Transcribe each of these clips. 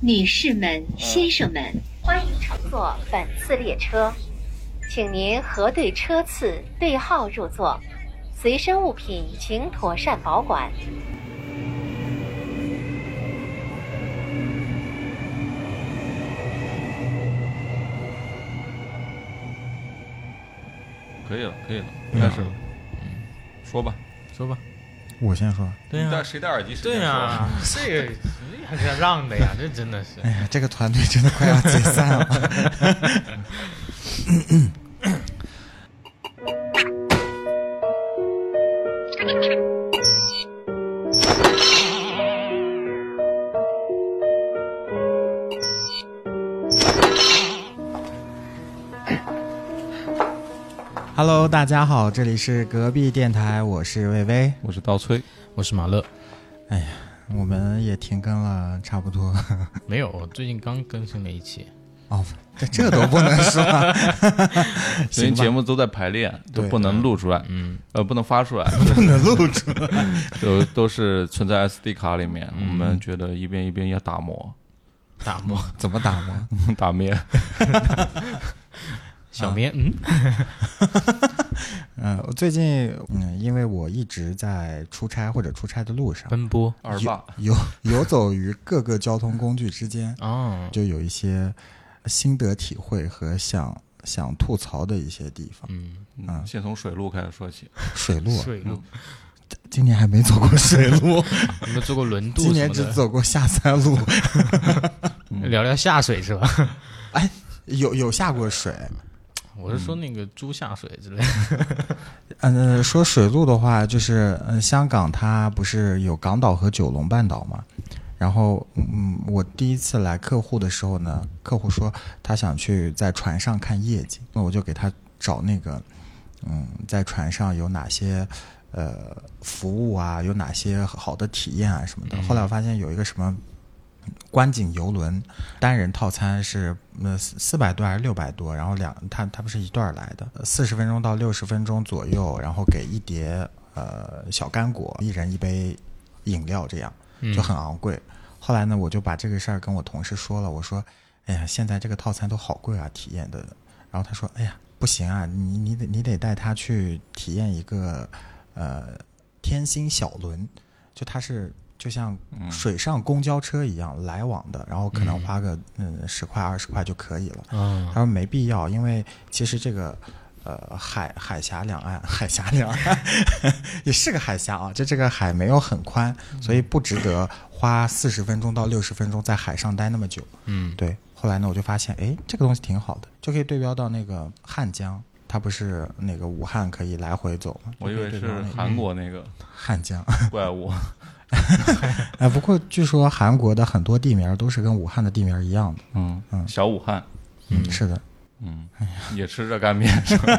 女士们、先生们，欢迎乘坐本次列车，请您核对车次对号入座，随身物品请妥善保管。可以了，可以了，开始了，说吧，说吧。我先喝。对你戴呀，谁戴耳机谁对啊呀、呀， 这个还是要让 的呀，这真的是哎呀，这个团队真的快要解散了。Hello，大家好，这里是隔壁电台，我是薇薇。我是刀崔，我是马乐，我们也停更了差不多 没有，我最近刚更新了一期，哦，这这都不能说，最近行吧节目都在排练，都对不能录出来，嗯，呃，不能发出来，不能露出。都都是存在 SD 卡里面。我们觉得一遍一遍要打磨、大 漠 怎么打磨？ 打灭。小棉，嗯，嗯，我最近嗯，因为我一直在出差或者出差的路上，奔波二爸，游游走于各个交通工具之间，哦，就有一些心得体会和想想吐槽的一些地方。嗯，嗯，先从水路开始说起。水路，水路，今年还没走过水路，有没有做过轮渡今什年么只的？走过下三路。聊聊下水是吧？哎，有有下过水。 我是说那个猪下水之类的，嗯、说水路的话，就是嗯、呃香港它不是有港岛和九龙半岛嘛？然后，嗯，我第一次来客户的时候呢，客户说他想去在船上看夜景，那我就给他找那个，嗯，在船上有哪些呃服务啊，有哪些好的体验啊什么的。后来我发现有一个什么观景游轮单人套餐是呃四四百多还是六百多，然后两它它不是一段儿来的，呃四十分钟到六十分钟左右，然后给一碟呃小干果，一人一杯饮料这样。嗯就很昂贵。后来呢，我就把这个事儿跟我同事说了，我说：“哎呀，现在这个套餐都好贵啊，体验的。”然后他说：“哎呀，不行啊，你你得你得带他去体验一个呃天星小轮，就它是就像嗯水上公交车一样来往的，然后可能花个嗯十块二十块就可以了。”嗯，啊他说没必要，因为其实这个呃海海峡两岸， 海峡两岸 也是个海峡啊，就这个海没有很宽，嗯所以不值得花四十分钟到六十分钟在海上待那么久。嗯，对。后来呢，我就发现，哎，这个东西挺好的，就可以对标到那个汉江。它不是那个武汉可以来回走吗？我以为就是可对标那个韩国那个汉江， 怪物，哎，不过据说韩国的很多地名都是跟武汉的地名一样的。嗯，小武汉，嗯，是的，嗯，也吃热干面，是吧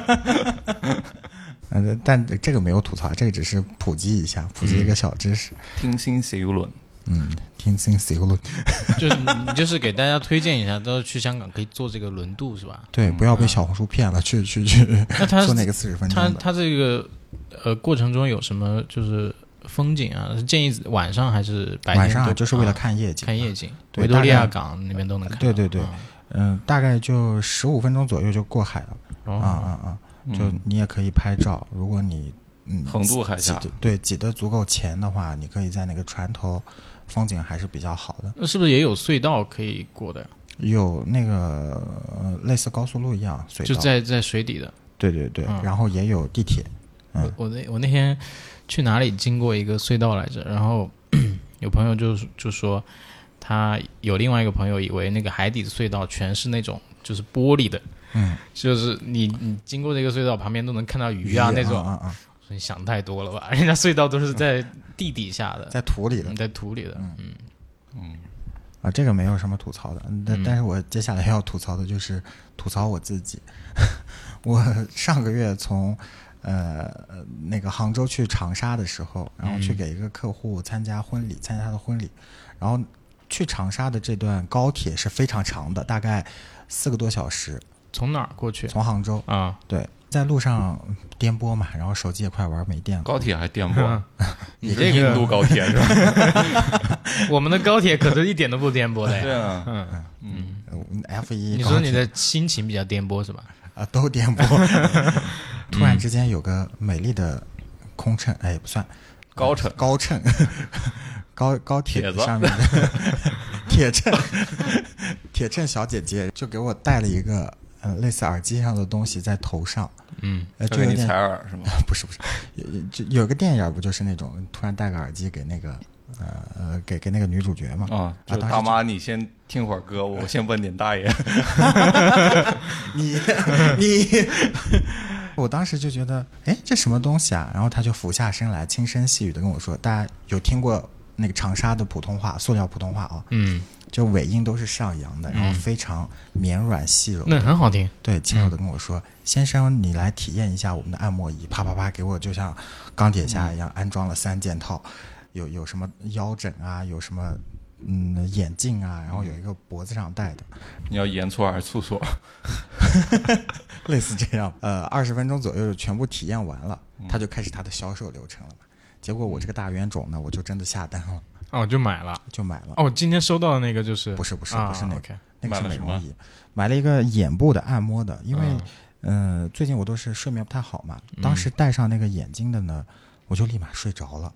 嗯，但这个没有吐槽，这个只是普及一下，普嗯及一个小知识。听新游轮。嗯，听新西路，就是你就是给大家推荐一下，到时候去香港可以坐这个轮渡是 吧？对，不要被小红书骗了，去去去，那嗯他说那个四十分它钟的。它这个呃过程中有什么就是风景啊？是建议晚上还是白天都？晚上啊就是为了啊看夜景，看夜景，对维多利大亚概港那边都能看到。对对对啊嗯，大概就十五分钟左右就过海了。啊哦，啊啊！就你也可以拍照，如果你嗯横渡海峡挤得对挤得足够前的话，你可以在那个船头，风景还是比较好的。那是不是也有隧道可以过的呀？有那个呃类似高速路一样隧道，就在在水底的。对对对嗯，然后也有地铁。嗯我我那我那天去哪里经过一个隧道来着，然后有朋友就就说他有另外一个朋友以为那个海底隧道全是那种就是玻璃的，嗯， 就是你你经过这个隧道旁边都能看到鱼啊那种。啊啊，说你想太多了吧？人家隧道都是在地底下的， 在土里的嗯在土里的。嗯，啊，这个没有什么吐槽的，嗯但但是我接下来要吐槽的就是吐槽我自己。 我上个月从呃那个杭州去长沙的时候，然后去嗯给一个客户参加婚礼，参加他的婚礼，然后去长沙的这段高铁是非常长的，大概四个多小时，从哪儿过去从杭州啊？对。在路上颠簸嘛，然后手机也快玩没电了。 嗯高铁还电波，你是这个印度高铁是吧？ 我们的高铁可是一点都不颠簸的对呀。啊，嗯，呃 F 一，你说你的心情比较颠簸是吧？啊，都颠 簸。突然之间有个美丽的空乘，哎，也不算嗯高乘高乘， 高高铁铁子上面的 铁乘， 铁乘小姐姐就给我戴了一个呃类似耳机一样的东西在头上，嗯，呃，就就给有你点采耳是吗？ 不是不是，有就有个电影儿不就是那种突然戴个耳机给那个呃呃给给那个女主角嘛啊，就当时大妈，你先听会儿歌，我先问点大爷。 你你， 我当时就觉得，哎，这什么东西啊？然后他就俯下身来，轻声细语的跟我说：“大家有听过那个长沙的普通话，塑料普通话啊？ 嗯，就尾音都是上扬的，然后非常绵软细柔。嗯那很好听。对，轻柔的跟我说：“先生，你来体验一下我们的按摩仪。”啪啪啪，给我就像钢铁侠一样安装了三件套，有有什么腰枕啊，有什么嗯眼镜啊，然后有一个脖子上戴的。你要盐搓还是醋 搓？类似这样，呃，二十分钟左右就全部体验完了，他就开始他的销售流程了嘛。结果我这个大冤种呢，我就真的下单了， 哦，就买了。就买了。哦，我今天收到的那个就是不是不是啊不是那个 OK 那个买是了美什容么啊仪，买了一个眼部的按摩的，因为，嗯、呃，最近我都是睡眠不太好嘛，嗯当时戴上那个眼睛的呢，我就立马睡着了，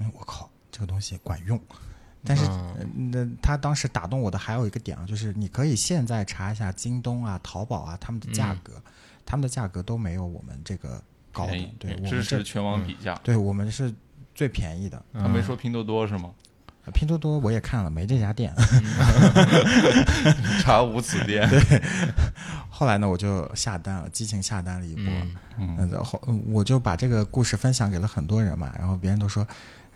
因为我靠，这个东西管用。但啊是，嗯呃那、他当时打动我的还有一个点啊，就是你可以现在查一下京东啊、淘宝啊他们的价格，他们的价格都没有我们这个高嗯便的宜，，哎对我支们持这，嗯全网比价。对我们是最便宜的。他没说拼多多是 吗？拼多多我也看了，没这家店。 查无此店。后来呢，我就下单了，激情下单了一波。嗯嗯，然后嗯我就把这个故事分享给了很多人嘛，然后别人都说，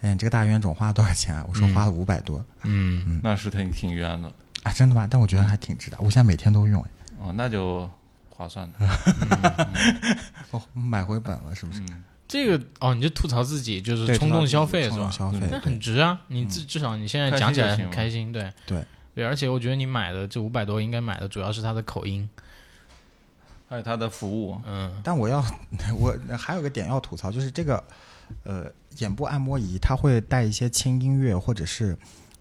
哎，你这个大冤种花了多少钱啊？我说花了五百多、嗯， 那是挺挺冤的啊，真的吗？但我觉得还挺值的，我现在每天都用，哎哦，那就划算 的。我哎哦买回本了，是不是？嗯这个哦，你就吐槽自己就是对冲动消费是冲吧动？消嗯费那很值啊！你至至少你现在开心讲起就来行很嘛开心，对对对，而且我觉得你买的这五百多应该买的主要是它的口音，还有他的服务，啊嗯但我要 我还有个点要吐槽，就是这个呃眼部按摩仪，它会带一些轻音乐或者是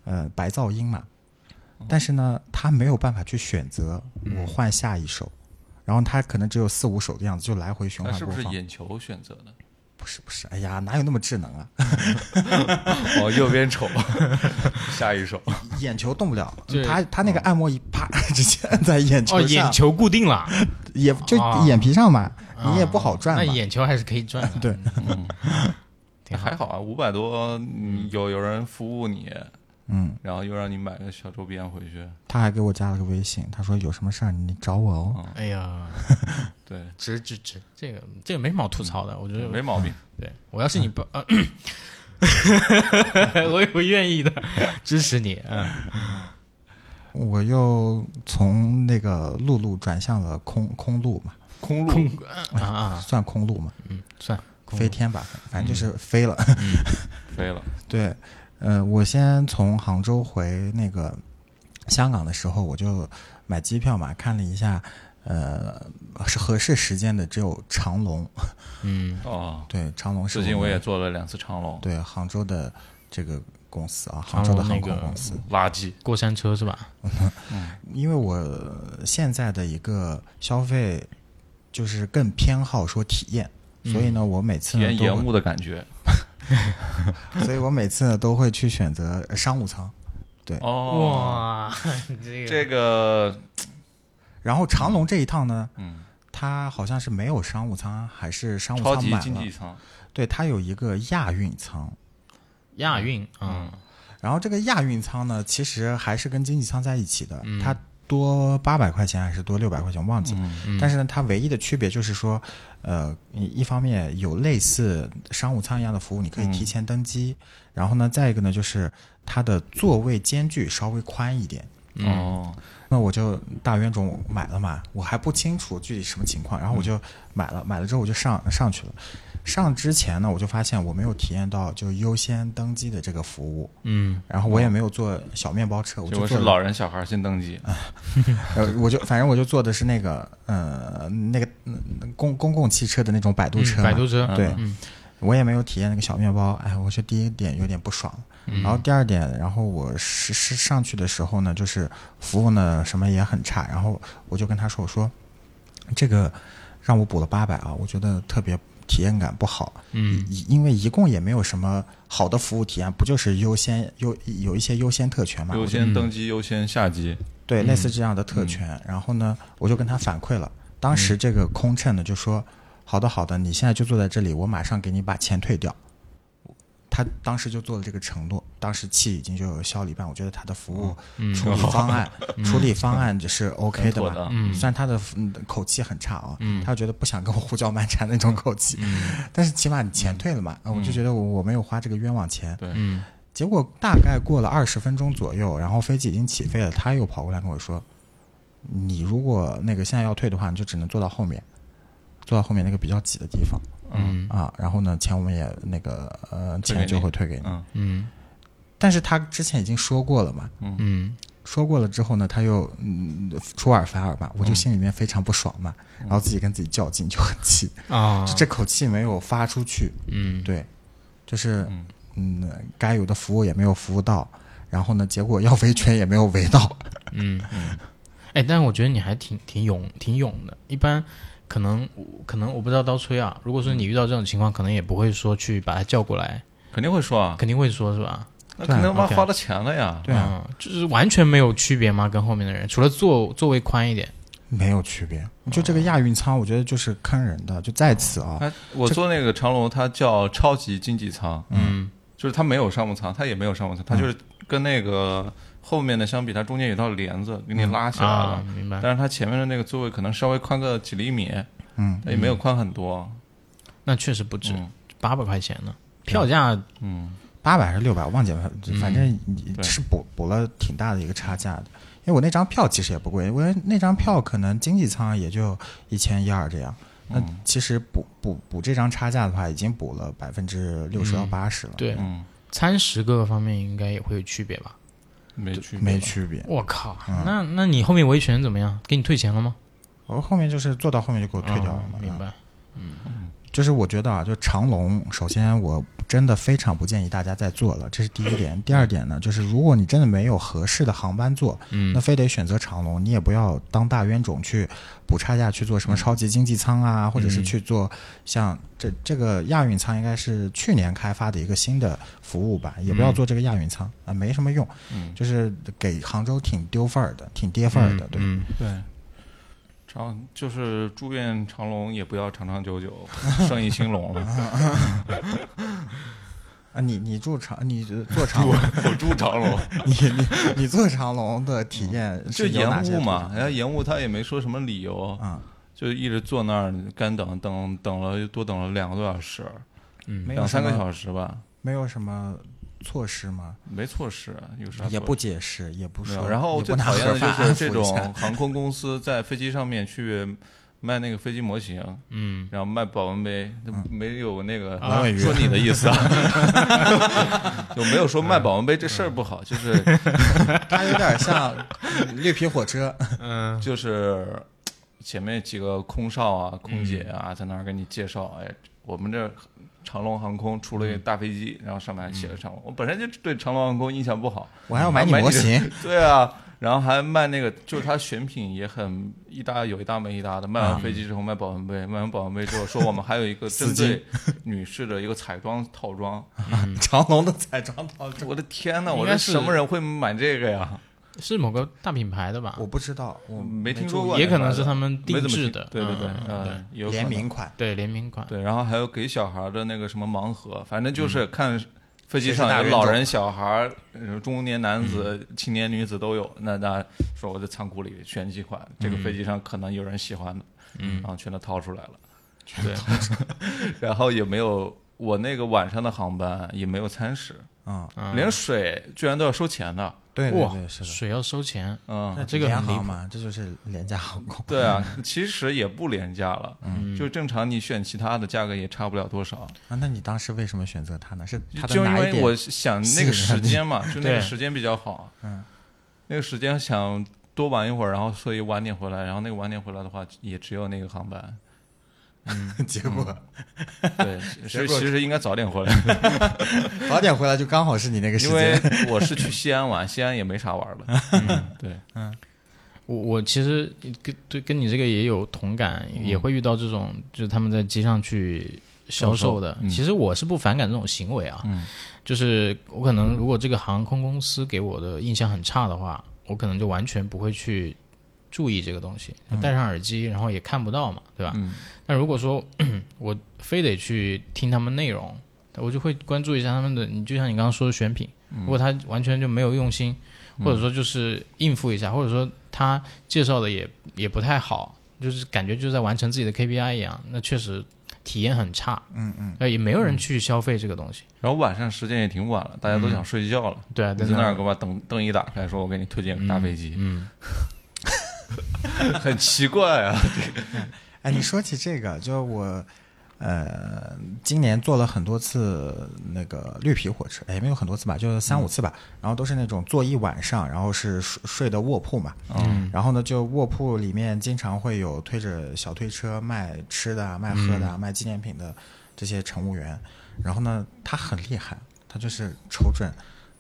呃白噪音嘛，哦但是呢，它没有办法去选择嗯我换下一首，然后它可能只有四五首的样子，就来回循啊那环哎是播不放。是眼球选择的？不是不是，哎呀，哪有那么智能 啊？哦，右边瞅， 下一首。眼球动不了对，他他那个按摩仪啪 直接按在眼球哦，上，眼球固定 了，也就啊眼皮上嘛，啊你也不好转那嘛。眼嗯球还是可以转 的，对，挺好还。好啊，五百多，嗯有有人服务你，嗯，然后又让你买个小周边回去，他还给我加了个微信，他说有什么事儿你找我哦。哎呀，对，值值值，这个这个没什么好吐槽的，我觉得没毛 病。对我要是你爸，啊 我也会愿意的，支持你，嗯我又从那个陆路转向了空空路嘛，空路空啊啊，算空路嘛，嗯，算空嗯飞天吧，反正就是飞了。 飞了，对，呃，我先从杭州回那个香港的时候，我就买机票嘛，看了一下，呃，是合适时间的只有长龙。嗯哦，对，长龙是最近我们也坐了两次长龙，对杭州的这个公司啊，长杭龙州的航那空个公司，垃圾。过山车是吧？因为我现在的一个消费就是更偏好说体验。所以呢，我每次体呢验都延误的感觉会， 所以我每次呢都会去选择商务舱，哦，哇，你这个这个然后长龙这一趟呢，嗯，它好像是没有商务舱，还是商务超舱级满经了济？舱，对，它有一个亚运舱。亚运啊，然后这个亚运舱呢，其实还是跟经济舱在一起的，嗯它多八百块钱还是多六百块钱，忘记了。嗯但是呢，它唯一的区别就是说，呃，一一方面有类似商务舱一样的服务，你可嗯以提前登机。然后呢，再一个呢，就是它的座位间距稍微宽一点。哦，那我就大冤种买了嘛，我还不清楚具体什么情况，然后我嗯就买了，买了之后我就上上去了。上之前呢，我就发现我没有体验到就优先登机的这个服务，嗯，然后我也没有坐小面包车，我哦结就果坐是老人小孩先登机，呃，我就反正我就坐的是那个呃那个嗯公公共汽车的那种摆渡嗯车嘛，摆渡车，对，嗯我也没有体验那个小面包，哎，我觉得第一点有点不爽，嗯然后第二点，然后我是是上去的时候呢，就是服务呢什么也很差，然后我就跟他说，我说这个让我补了八百啊，我觉得特别体验感不好，嗯一因为一共也没有什么好的服务体验，不就是优先优有一些优先特权嘛，优先登机，优先下机，对，类似这样的特权。然后呢，我就跟他反馈了，当时这个空乘呢就说：“好的，好的，你现在就坐在这里，我马上给你把钱退掉。”他当时就做了这个承诺，当时气已经就消了一半。我觉得他的服务嗯处理方案、处理方案只是 OK 嗯的妥嘛，当虽然他的嗯口气很差啊，他觉得不想跟我胡搅蛮缠那种口气，但是起码你钱退了嘛，啊我就觉得我我没有花这个冤枉钱。对嗯结果大概过了二十分钟左右，然后飞机已经起飞了，他又跑过来跟我说：“你如果那个现在要退的话，你就只能坐到后面，坐到后面那个比较挤的地方嗯啊。然后呢，钱我们也那个退呃给钱你就会退给你。嗯嗯但是他之前已经说过了嘛，嗯说过了之后呢，他又嗯出尔反尔嘛，我就心里面非常不爽嘛，然后自己跟自己较劲，就很气，啊就这口气没有发出去。嗯对，就是嗯，该有的服务也没有服务到，然后呢，结果要维权也没有维到。嗯嗯，哎，但我觉得你还挺挺勇挺勇的，一般。可能可能我不知道刀吹啊，如果说你遇到这种情况，可能也不会说去把他叫过来，肯定会说啊，肯定会说是吧？那肯定他妈 OK 花了钱了呀，对啊，嗯，就是完全没有区别吗？跟后面的人，除了座座位宽一点，没有区别。就这个哦亚运舱，我觉得就是坑人的。就在此啊，他哎我坐那个长龙，它叫超级经济舱，嗯就是它没有商务舱，它也没有商务舱，它就是跟那个后面的相比，它中间有道帘子给你拉起来啊了，，明白。但是它前面的那个座位可能稍微宽个几厘米，嗯，它也没有宽很多，那确实不止嗯八百块钱呢，票价嗯，八百还是六百，我忘记了，嗯反正你对是补补了挺大的一个差价的。因为我那张票其实也不贵，我那张票可能经济舱也就一千一二这样。那嗯其实补补补这张差价的话，已经补了百分之六十到八十了，对嗯，餐食各个方面应该也会有区别吧？没去没区别。我靠，嗯那那你后面维权怎么样？给你退钱了吗？我后面就是坐到后面就给我退掉了哦嘛，明白。就是我觉得啊，就长龙，首先我真的非常不建议大家再坐了，这是第一点。第二点呢，就是如果你真的没有合适的航班坐，嗯那非得选择长龙，你也不要当大冤种去补差价去做嗯什么超级经济舱啊，或者是去做像这这个亚运舱应该是去年开发的一个新的服务吧，也不要嗯做这个亚运舱啊，没什么用，嗯就是给杭州挺丢份儿的，挺跌份儿的，对。嗯，对。长就是祝愿长龙也不要长长久 久，生意兴隆了。啊，你你住长，你 坐长龙， 我祝长龙，你你你坐长龙的体验 嗯就是有延哪些误嘛，地人方家延误他也没说什么理由，啊，就一直坐那儿干等等等了，又多等了两个多小时，嗯没有两什三个么小时吧，没有什么措施吗？没错是有啥也错不解释，也不啊没说有。，然后也最不拿讨厌的盒就饭是安抚这一种下 航空公司在飞机上面去卖那个飞机模型，嗯，然后卖保温杯，那没有那个嗯啊文说娱你的意思啊，啊 就没有说卖保温杯这事儿不好，就是 它有点像绿皮火车，就是前面几个空少啊、空姐啊，在那儿给你介绍，哎，我们这长龙航空出了一个大飞机，然后上面还写了长龙。我本身就对长龙航空印象不好，嗯我还要买你然后模这个型， 对啊，然后还卖那个，就是它选品也很一搭有一搭没一搭的。卖完飞机之后卖保温杯，卖完保温杯之后说我们还有一个针对女士的一个彩妆套装。嗯 长龙的彩妆套装，我的天呐，应我该说是什么人会买这个呀？是某个大品牌的吧我？不知道，我嗯没听注说意过，也可能是他们没怎么定制听的对对对嗯，嗯嗯，有可能联名款，对，联名款。对，然后还有给小孩的那个什么盲盒，反正就是看飞谁机嗯是上大有冤老种人、小孩儿、呃中年男子、青年女子都有。那那说我在仓库里选几款，这嗯个飞机上可能有人喜欢的，嗯，然后全都掏出来了，对， 然后也没有我那个晚上的航班也没有餐食，嗯，连水居然都要收钱的，对对啊哇对，，是的。水要收钱，嗯，那这个廉很离航嘛，这就是廉价航空。对啊，其实也不廉价了，嗯，就正常你选其他的价格也差不了多少，啊，那你当时为什么选择它呢？是它的就因哪一为我点？想吸那引个了时你间嘛，就那对个时间比较好。嗯，那个时间想 多玩一会儿，然后所以晚点回来，然后那个晚点回来的话，也只有那个航班。结果对，结是果其实应该早点回来，嗯早点回来就刚好是你那个时因为间。我是去西安玩，西安也没啥玩 的。嗯对，我我其实跟对跟你这个也有同感，也会遇到这种，就是他们在街上去嗯销售嗯的。其实我是不反感这种行为啊，嗯就是我可能如果这个航空公司给我的印象很差的话，我可能就完全不会去注意这个东西，戴上耳机，然后也看不到嘛，对吧？啊嗯但如果说 我非得去听他们内容，我就会关注一下他们的，你就像你刚刚说的选品，嗯如果他完全就没有用心，或者说就是应付一下，或者说他介绍的也也不太好，就是感觉就在完成自己的 KPI 一样，那确实体验很差。嗯嗯，呃，也没有人去消费这个东西。然后晚上时间也挺晚了，大家嗯都想睡觉了。对啊，你但在是那儿给我把灯灯一打开，说我给你推荐个大飞机，嗯， 很奇怪啊，哎，你说起这个，就我呃，今年坐了很多次那个绿皮火车，哎，没有很多次吧，就三五次吧。然后都是那种坐一晚上，然后是睡睡的卧铺嘛。嗯。然后呢，就卧铺里面经常会有推着小推车卖吃的啊、卖喝的啊、卖纪念品的这些乘务员。然后呢，他很厉害，他就是瞅准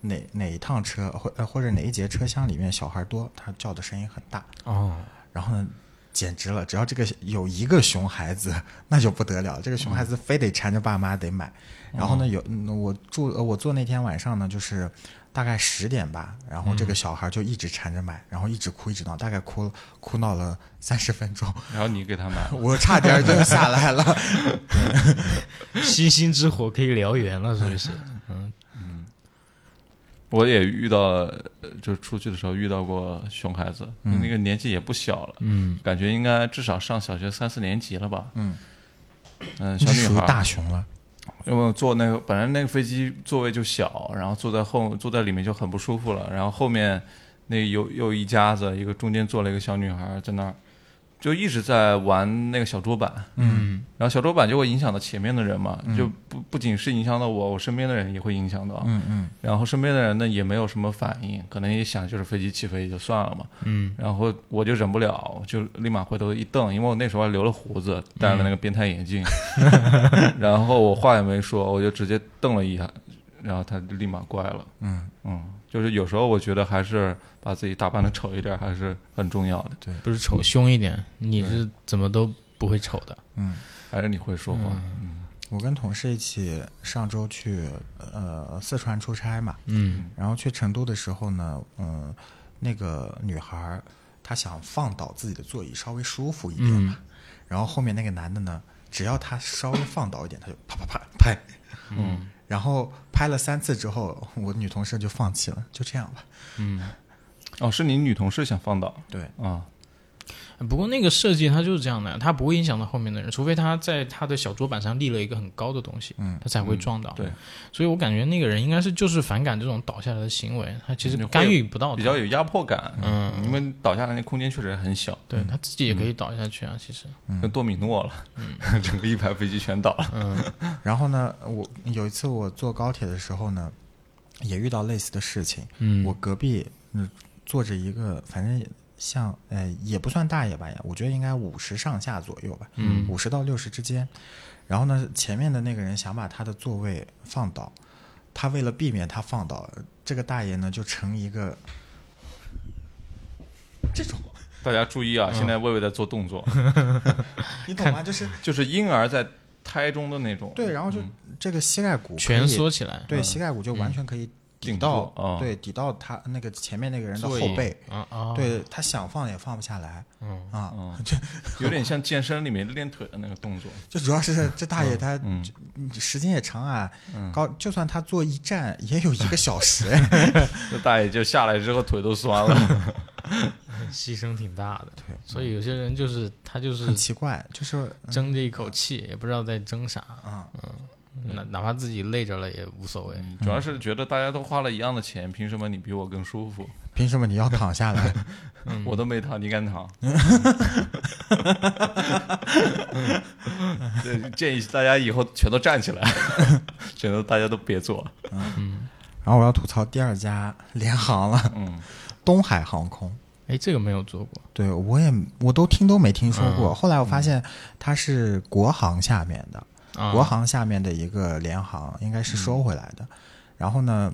哪哪一趟车或呃或者哪一节车厢里面小孩多，他叫的声音很大。哦，然后呢，简直了！只要这个有一个熊孩子，那就不得了。这个熊孩子非得缠着爸妈得买。然后呢，有嗯我住呃我坐那天晚上呢，就是大概十点吧，然后这个小孩就一直缠着买，然后一直哭一直闹，大概哭哭闹了三十分钟，然后你给他买了，我差点儿就下来了。星星之火可以燎原了，是不是？我也遇到，呃就出去的时候遇到过熊孩子，那个年纪也不小了，嗯，感觉应该至少上小学三四年级了吧，嗯嗯，你小女 属于孩，大熊了，因为我坐那个本来那个飞机座位就小，然后坐在后坐在里面就很不舒服了，然后后面那有有一家子，一个中间坐了一个小女孩在那儿，就一直在玩那个小桌板，嗯，然后小桌板就会影响到前面的人嘛，就不不仅是影响到我，我身边的人也会影响到，嗯嗯，然后身边的人呢也没有什么反应，可能也想就是飞机起飞也就算了嘛。嗯，然后我就忍不了，就立马回头一瞪，因为我那时候还留了胡子，戴了那个变态眼镜， 然后我话也没说，我就直接瞪了一下，然后他就立马乖了。嗯嗯，就是有时候我觉得还是把自己打扮的丑一点还是很重要的， 不是丑，凶一点，你是怎么都不会丑的。还是你会说话。我跟同事一起上周去呃四川出差嘛，嗯然后去成都的时候呢，嗯，那个女孩儿她想放倒自己的座椅稍微舒服一点嘛，然后后面那个男的呢，只要他稍微放倒一点，他就啪啪啪拍，嗯，然后拍了三次之后，我女同事就放弃了，就这样吧。哦，是你女同事想放倒对，啊？不过那个设计它就是这样的，它不会影响到后面的人，除非他在他的小桌板上立了一个很高的东西，嗯，他才会撞到。对，所以我感觉那个人应该是就是反感这种倒下来的行为，他其实嗯干预不到他，比较有压迫感。嗯，因为倒下来那空间确实很小。对他自己也可以倒下去啊。其实，跟多米诺了， 整个一排飞机全倒了。然后呢，我有一次我坐高铁的时候呢，也遇到类似的事情。嗯我隔壁嗯坐着一个，反正像呃也不算大爷吧，我觉得应该五十上下左右吧，嗯五十到六十之间。然后呢，前面的那个人想把他的座位放倒，他为了避免他放倒，这个大爷呢就成一个这种，大家注意啊，现在魏魏在做动作，你懂吗？就是 就是婴儿在胎中的那种。对，然后就这个膝盖骨可嗯蜷以缩起来，嗯对，膝盖骨就完全可以抵顶到住，啊对，抵到他那个前面那个人的座后椅背，啊啊，，对他想放也放不下来，嗯啊，有点像健身里面练腿的那个动作。就主要是这大爷他嗯时间也长啊，高就算他坐一站也有一个 小时，哎那大爷就下来之后腿都酸了。牺牲挺大的。对，所以有些人就是他就是很奇怪，就是争这一口气，也不知道在争啥，啊，哪哪怕自己累着了也无所谓。主嗯要是觉得大家都花了一样的钱，凭什么你比我更舒服？凭什么你要躺下来？嗯我都没躺，你敢躺？ 对，建议大家以后全都站起来， 全都大家都别坐了。然后我要吐槽第二家联航了，嗯， 东海航空，哎，这个没有做过。对我也我都听都没听说过。嗯后来我发现它是国航下面的，啊国航下面的一个联航应该嗯是收回来的。然后呢，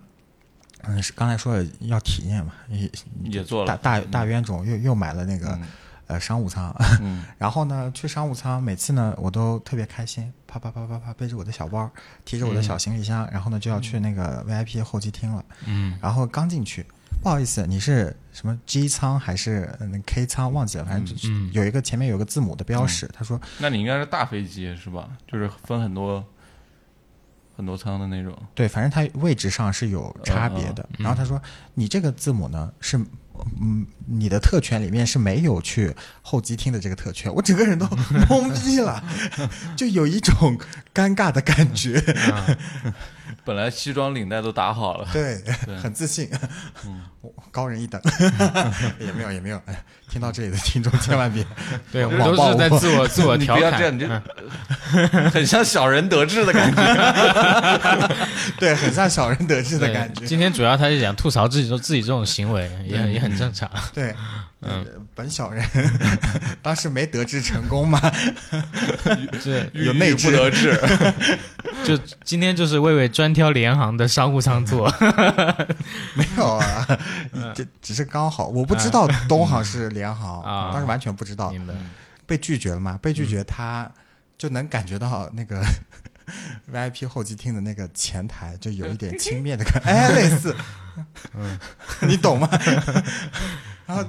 嗯，是刚才说的要体验嘛，也也做大了，大大冤种又又买了那个、嗯呃商务舱，嗯然后呢去商务舱，每次呢我都特别开心，啪啪啪啪啪背着我的小包，提着我的小行李箱，然后呢就要去那个 VIP 候机厅了。嗯然后刚进去，不好意思，你是什么 G 舱还是嗯 K 舱忘记了，反正就是嗯有一个前面有个字母的标识，他说那你应该是大飞机是吧？就是分很多很多舱的那种，对，反正它位置上是有差别哦的。嗯然后他说你这个字母呢是。嗯，你的特权里面是没有去候机厅的这个特权，我整个人都懵逼了，就有一种尴尬的感觉。本来西装领带都打好 了，对，很自信，嗯 我高人一等，也没有也没有。哎听到这里的听众千 万别，对，我网们都暴是在我自我自 我你调不要这侃样，你。就嗯很像小人得志的感觉。对，很像小人得志 的对感觉。今天主要他是想吐槽自己自己这种 行为，也很也很正常。对，嗯，本小人 当时没得志成功嘛， 这有内郁郁不得志，就今天就是魏魏专挑联航的商务 舱坐，没有啊，嗯这 只是刚好，我不知道东航是联航，啊当时完全不知道，明白？嗯被拒绝了嘛，被拒绝他就能感觉到那个。VIP 候机厅的那个前台就有一点轻蔑的感， 哎，类似，嗯 你懂吗？然后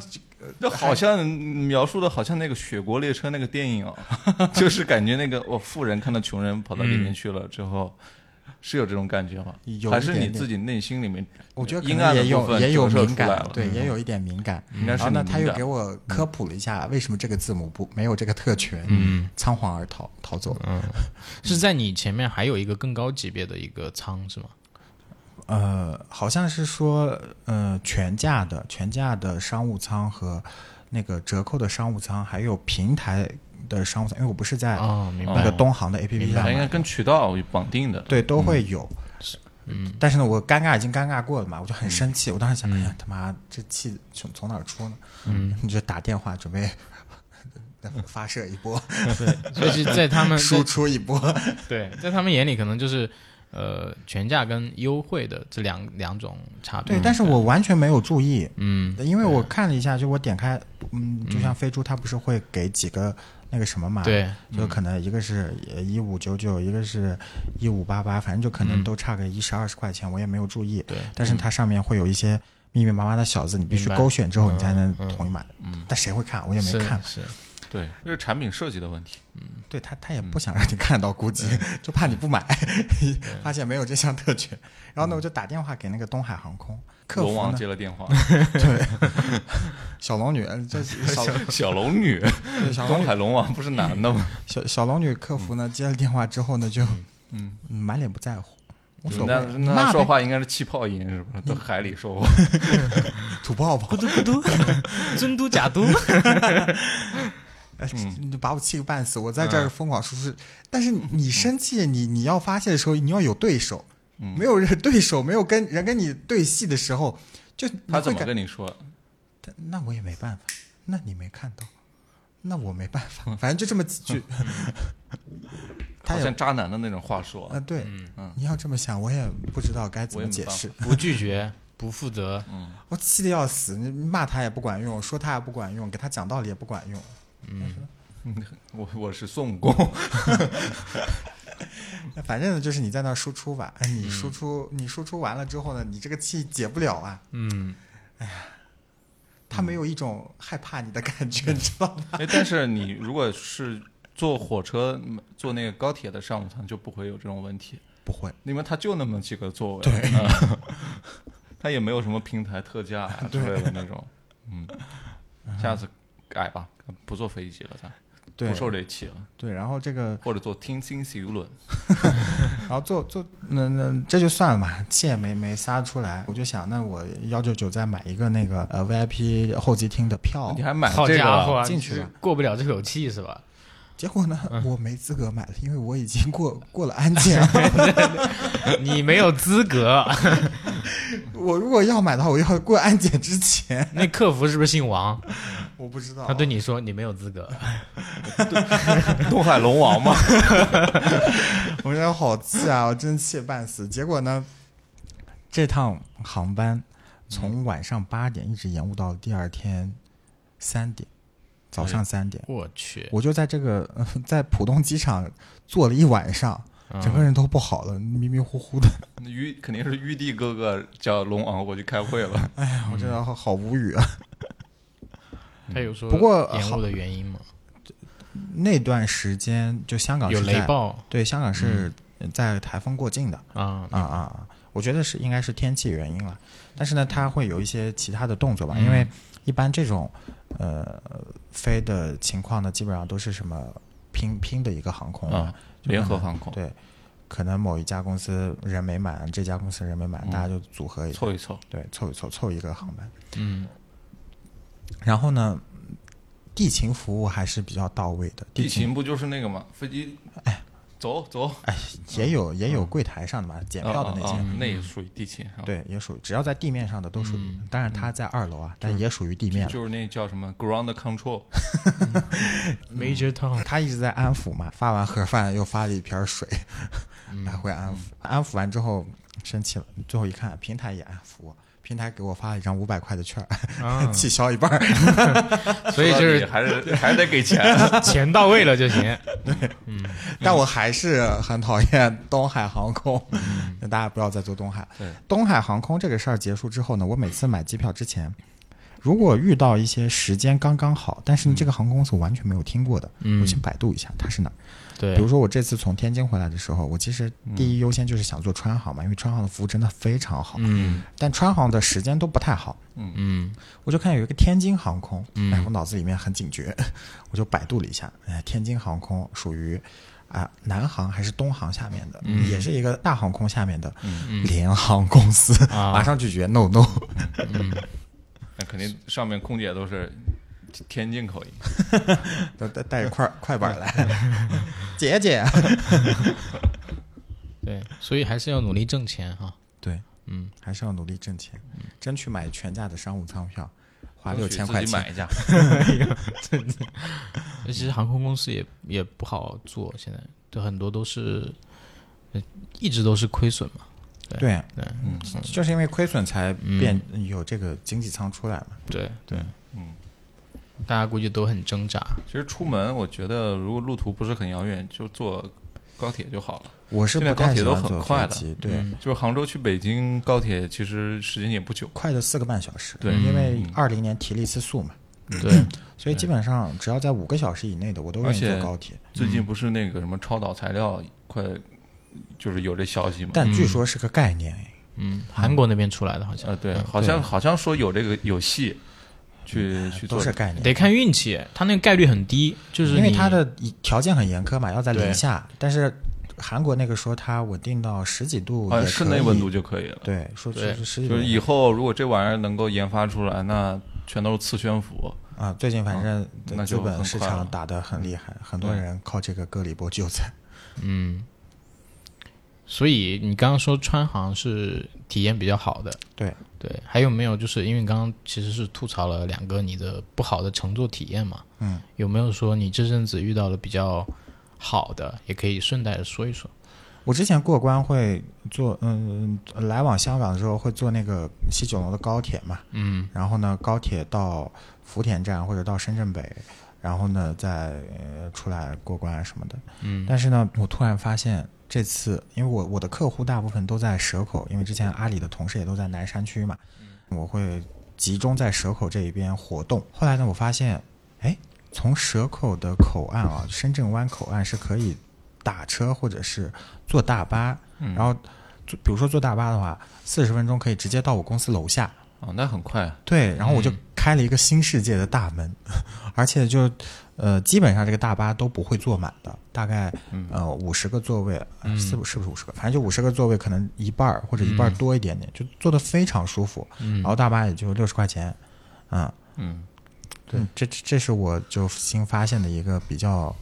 就好像描述的好像那个《雪国列车》那个电影哦， 就是感觉那个我富人看到穷人跑到里面去了之后，是有这种感觉吗？有还一是点你点自己内心里面我觉得可阴暗能的也部有分也有折射敏出来感了，？嗯对，也有一点敏感。应该然是后你呢，敏他又感嗯给我科普了一下为什么这个字母不没有这个特权，嗯，仓皇而逃逃走嗯了。是在你前面还有一个更高级别的一个舱是吗？呃，好像是说，呃，全价的全价的商务舱和那个折扣的商务舱，还有平台的商务舱，因为我不是在哦，明那白个。东航的 APP 上它应该买的，跟渠道有绑定的。对，都会有。嗯，但是呢，我尴尬已经尴尬过了嘛，我就嗯很生气。我当时想，哎呀，他妈这气从从哪儿出呢？嗯， 你就打电话准备 发射一波，所以是在嗯他 们输出一波。对，在他们眼里可能就是呃全价跟优惠的这两两种差别。对，但是我完全没有注意，嗯因为我看了一下，就我点开，嗯，就像飞猪，它不是会给几个那个什么嘛？，对就嗯可能一个是一五九九，一个是一五八八，反正就可嗯能都差个一十二十块钱，我也没有注意。对，但是它上面会有一些密密麻麻的小字，你必须明白勾选之后你嗯才能同意买。但谁会看？我也没是看。 是对，这是产品设计的问题。对他，他嗯也不想让你看到，估计 就怕你不买， 发现没有这项特权。然后呢，我就打电话给那个东海航空客嗯龙服王呢接， 了 电话，小龙女，呃这是小龙小龙女，对小龙东女海龙王不是男的吗？小小龙女客服呢嗯接了电话之后呢，就嗯满脸不在乎，无所谓那，那骂说呗，话应该是气泡音，是嗯吧？在海里说话，土泡泡，不都 尊嘟 假嘟，哎嗯你把我气个半死，我在这儿疯狂输出。但是你生气，你你要发泄的时候，你要有对手，嗯没有人对手，没有跟人跟你对戏的时候，就你他怎会么感跟你说？但那我也没办法，那你没看到，那我没办法，反正就这么几 句。他好也像渣男的那种话说啊，，对，你要这么想，我也不知道该怎我也么没解办释。不拒绝，不负责，我气得要死，你骂他也不管用，说他也不管用，给他讲道理也不管用。我我是宋公，那反正呢，就是你在那儿输出吧，哎你输出、你输出完了之后呢，你这个气解不了啊，嗯，他没有一种害怕你的感觉，你知道吗？ 哎，但是你如果是坐火车、嗯坐那个高铁的商务舱，就不会有这种问题，不会，因为它就那么几个座位，对， 它也没有什么平台特价啊之类的那种，嗯，下次改吧，不坐飞机了，咱对不受这气了，对，然后这个，或者坐天津游轮，然后做做，那那这就算了嘛，气也没没撒出来，我就想，那我幺九九再买一个那个呃 VIP 候机厅的票你，还买好这个家伙了？啊，进去吧过不了这口气是吧？结果呢，我没资格买了，因为我已经过过了安检了。 你没有资格。 我如果要买的话，我要过安检之前。那客服是不是姓王？我不知道。啊他对你说你没有资格。东海龙王吗？ 我真的好气啊！我真气半死。结果呢，这趟航班从晚上八点一直延误到第二天三点，早上三点。我去，我就在这个 呃在浦东机场坐了一晚上，嗯整个人都不好了，迷迷糊糊的。玉肯定是玉帝哥哥叫龙王过去开会了。哎嗯呀，我真的好好无语啊！他有说不过嗯延误的原因吗？那段时间就香港有是雷在暴嗯对香港是在台风过境的。啊啊啊！啊！我觉得是应该是天气原因了，但是呢，它会有一些其他的动作吧，因为一般这种呃飞的情况呢，基本上都是什么拼拼的一个航空啊，联合航空对，可能某一家公司人没满，这家公司人没满，大家就组合一下，凑一凑，对，凑一凑，凑一个航班。嗯，然后呢，地勤服务还是比较到位的，地勤勤不就是那个吗？飞机，走走，哎也有也有柜台上的嘛，检票的那啊些啊，啊那也属于地勤啊。嗯对，也属于只要在地面上的都属于，当然它在二楼啊，但也属于地面了。就是那叫什么 ground control， Major Tom，他一直在安抚嘛，发完盒饭又发了一瓶水，嗯来回安抚。安抚完之后生气了，最后一看平台也安抚我，平台给我发了一张五百块的券儿，啊 气消一半儿。所以就是说到底还 是还是得给钱。 钱到位了就行。 但我还是很讨厌东海航空，大家不要再坐东海对。东海航空这个事儿结束之后呢，我每次买机票之前，如果遇到一些时间刚刚好，但是呢这个航空公司我完全没有听过的，嗯我先百度一下它是哪儿。 对嗯比如，说我这次从天津回来的时候，我其实第一优先就是想做川航嘛，因为川航的服务真的非常好，嗯但川航的时间都不太好。嗯我就看有一个天津航空，哎，我脑子里面很警觉， 我就百度了一下，哎，天津航空属于啊、南航还是东航下面的，嗯也是一个大航空下面的联航公司，啊马上拒绝 no no。那肯定上面空姐都是天津口音，带带带着快快板来， 姐姐。对，所以还是要努力挣钱哈。对，嗯，还是要努力挣钱，争取买全价的商务舱票，花嗯争六取千自块己钱买。一 架。那其实航空公司也也不好做，现在就很多都是，呃一直都是亏损嘛。对，嗯对嗯就是因为亏损才变有这个经济舱出来嘛。对对，嗯，大家估计都很挣扎。其实出门，我觉得如果路途不是很遥远，就坐高铁就好了。我是现在不高太铁喜都欢很坐快飞的嗯机，对，就是杭州去北京高铁其实时间也不久，快的四个半小时。对嗯因为二零年提了一次速嘛，对，所以基本上只要在五个小时以内的，我都愿而意坐且高铁。最近不是那个什么超导材料快，就是有这消息嘛？但据说是个概念，嗯，韩国那边出来的好像嗯啊，对，嗯好像好像说有这个有戏，去去都做是概念。得看运气，它那个概率很低，就是因为你它的条件很严苛嘛，要在对零下，但是韩国那个说它稳定到十几度好也像可啊室内以温度，就可以了。对，说对说是十几就度是以后如果这玩意儿能够研发出来，那全都是次宣服。啊，最近反正嗯那资就本很市快了嗯场打得很厉害，很多对人靠这个割礼波韭菜。嗯，所以你刚刚说川航是体验比较好的，对，对，还有没有就是因为刚刚其实是吐槽了两个你的不好的乘坐体验嘛，嗯，有没有说你这阵子遇到了比较好的，也可以顺带着说一说，我之前过关会坐，嗯，来往香港的时候会坐那个西九龙的高铁嘛，嗯然后呢，高铁到福田站或者到深圳北，然后呢再、呃、出来过关啊什么的。嗯但是呢，我突然发现这次，因为我我的客户大部分都在蛇口，因为之前阿里的同事也都在南山区嘛，嗯我会集中在蛇口这一边活动。后来呢，我发现，哎，从蛇口的口岸啊，深圳湾口岸是可以打车或者是坐大巴，嗯然后坐比如说坐大巴的话，四十分钟可以直接到我公司楼下。哦，那很快啊，对，然后我就开了一个新世界的大门， 而且就呃，基本上这个大巴都不会坐满的，大概呃五十个座位，呃四五是不是五十个？反正就五十个座位，可能一半儿或者一半儿多一点点，就坐的非常舒服。然后大巴也就六十块钱，嗯嗯，对，这这这是我就新发现的一个比较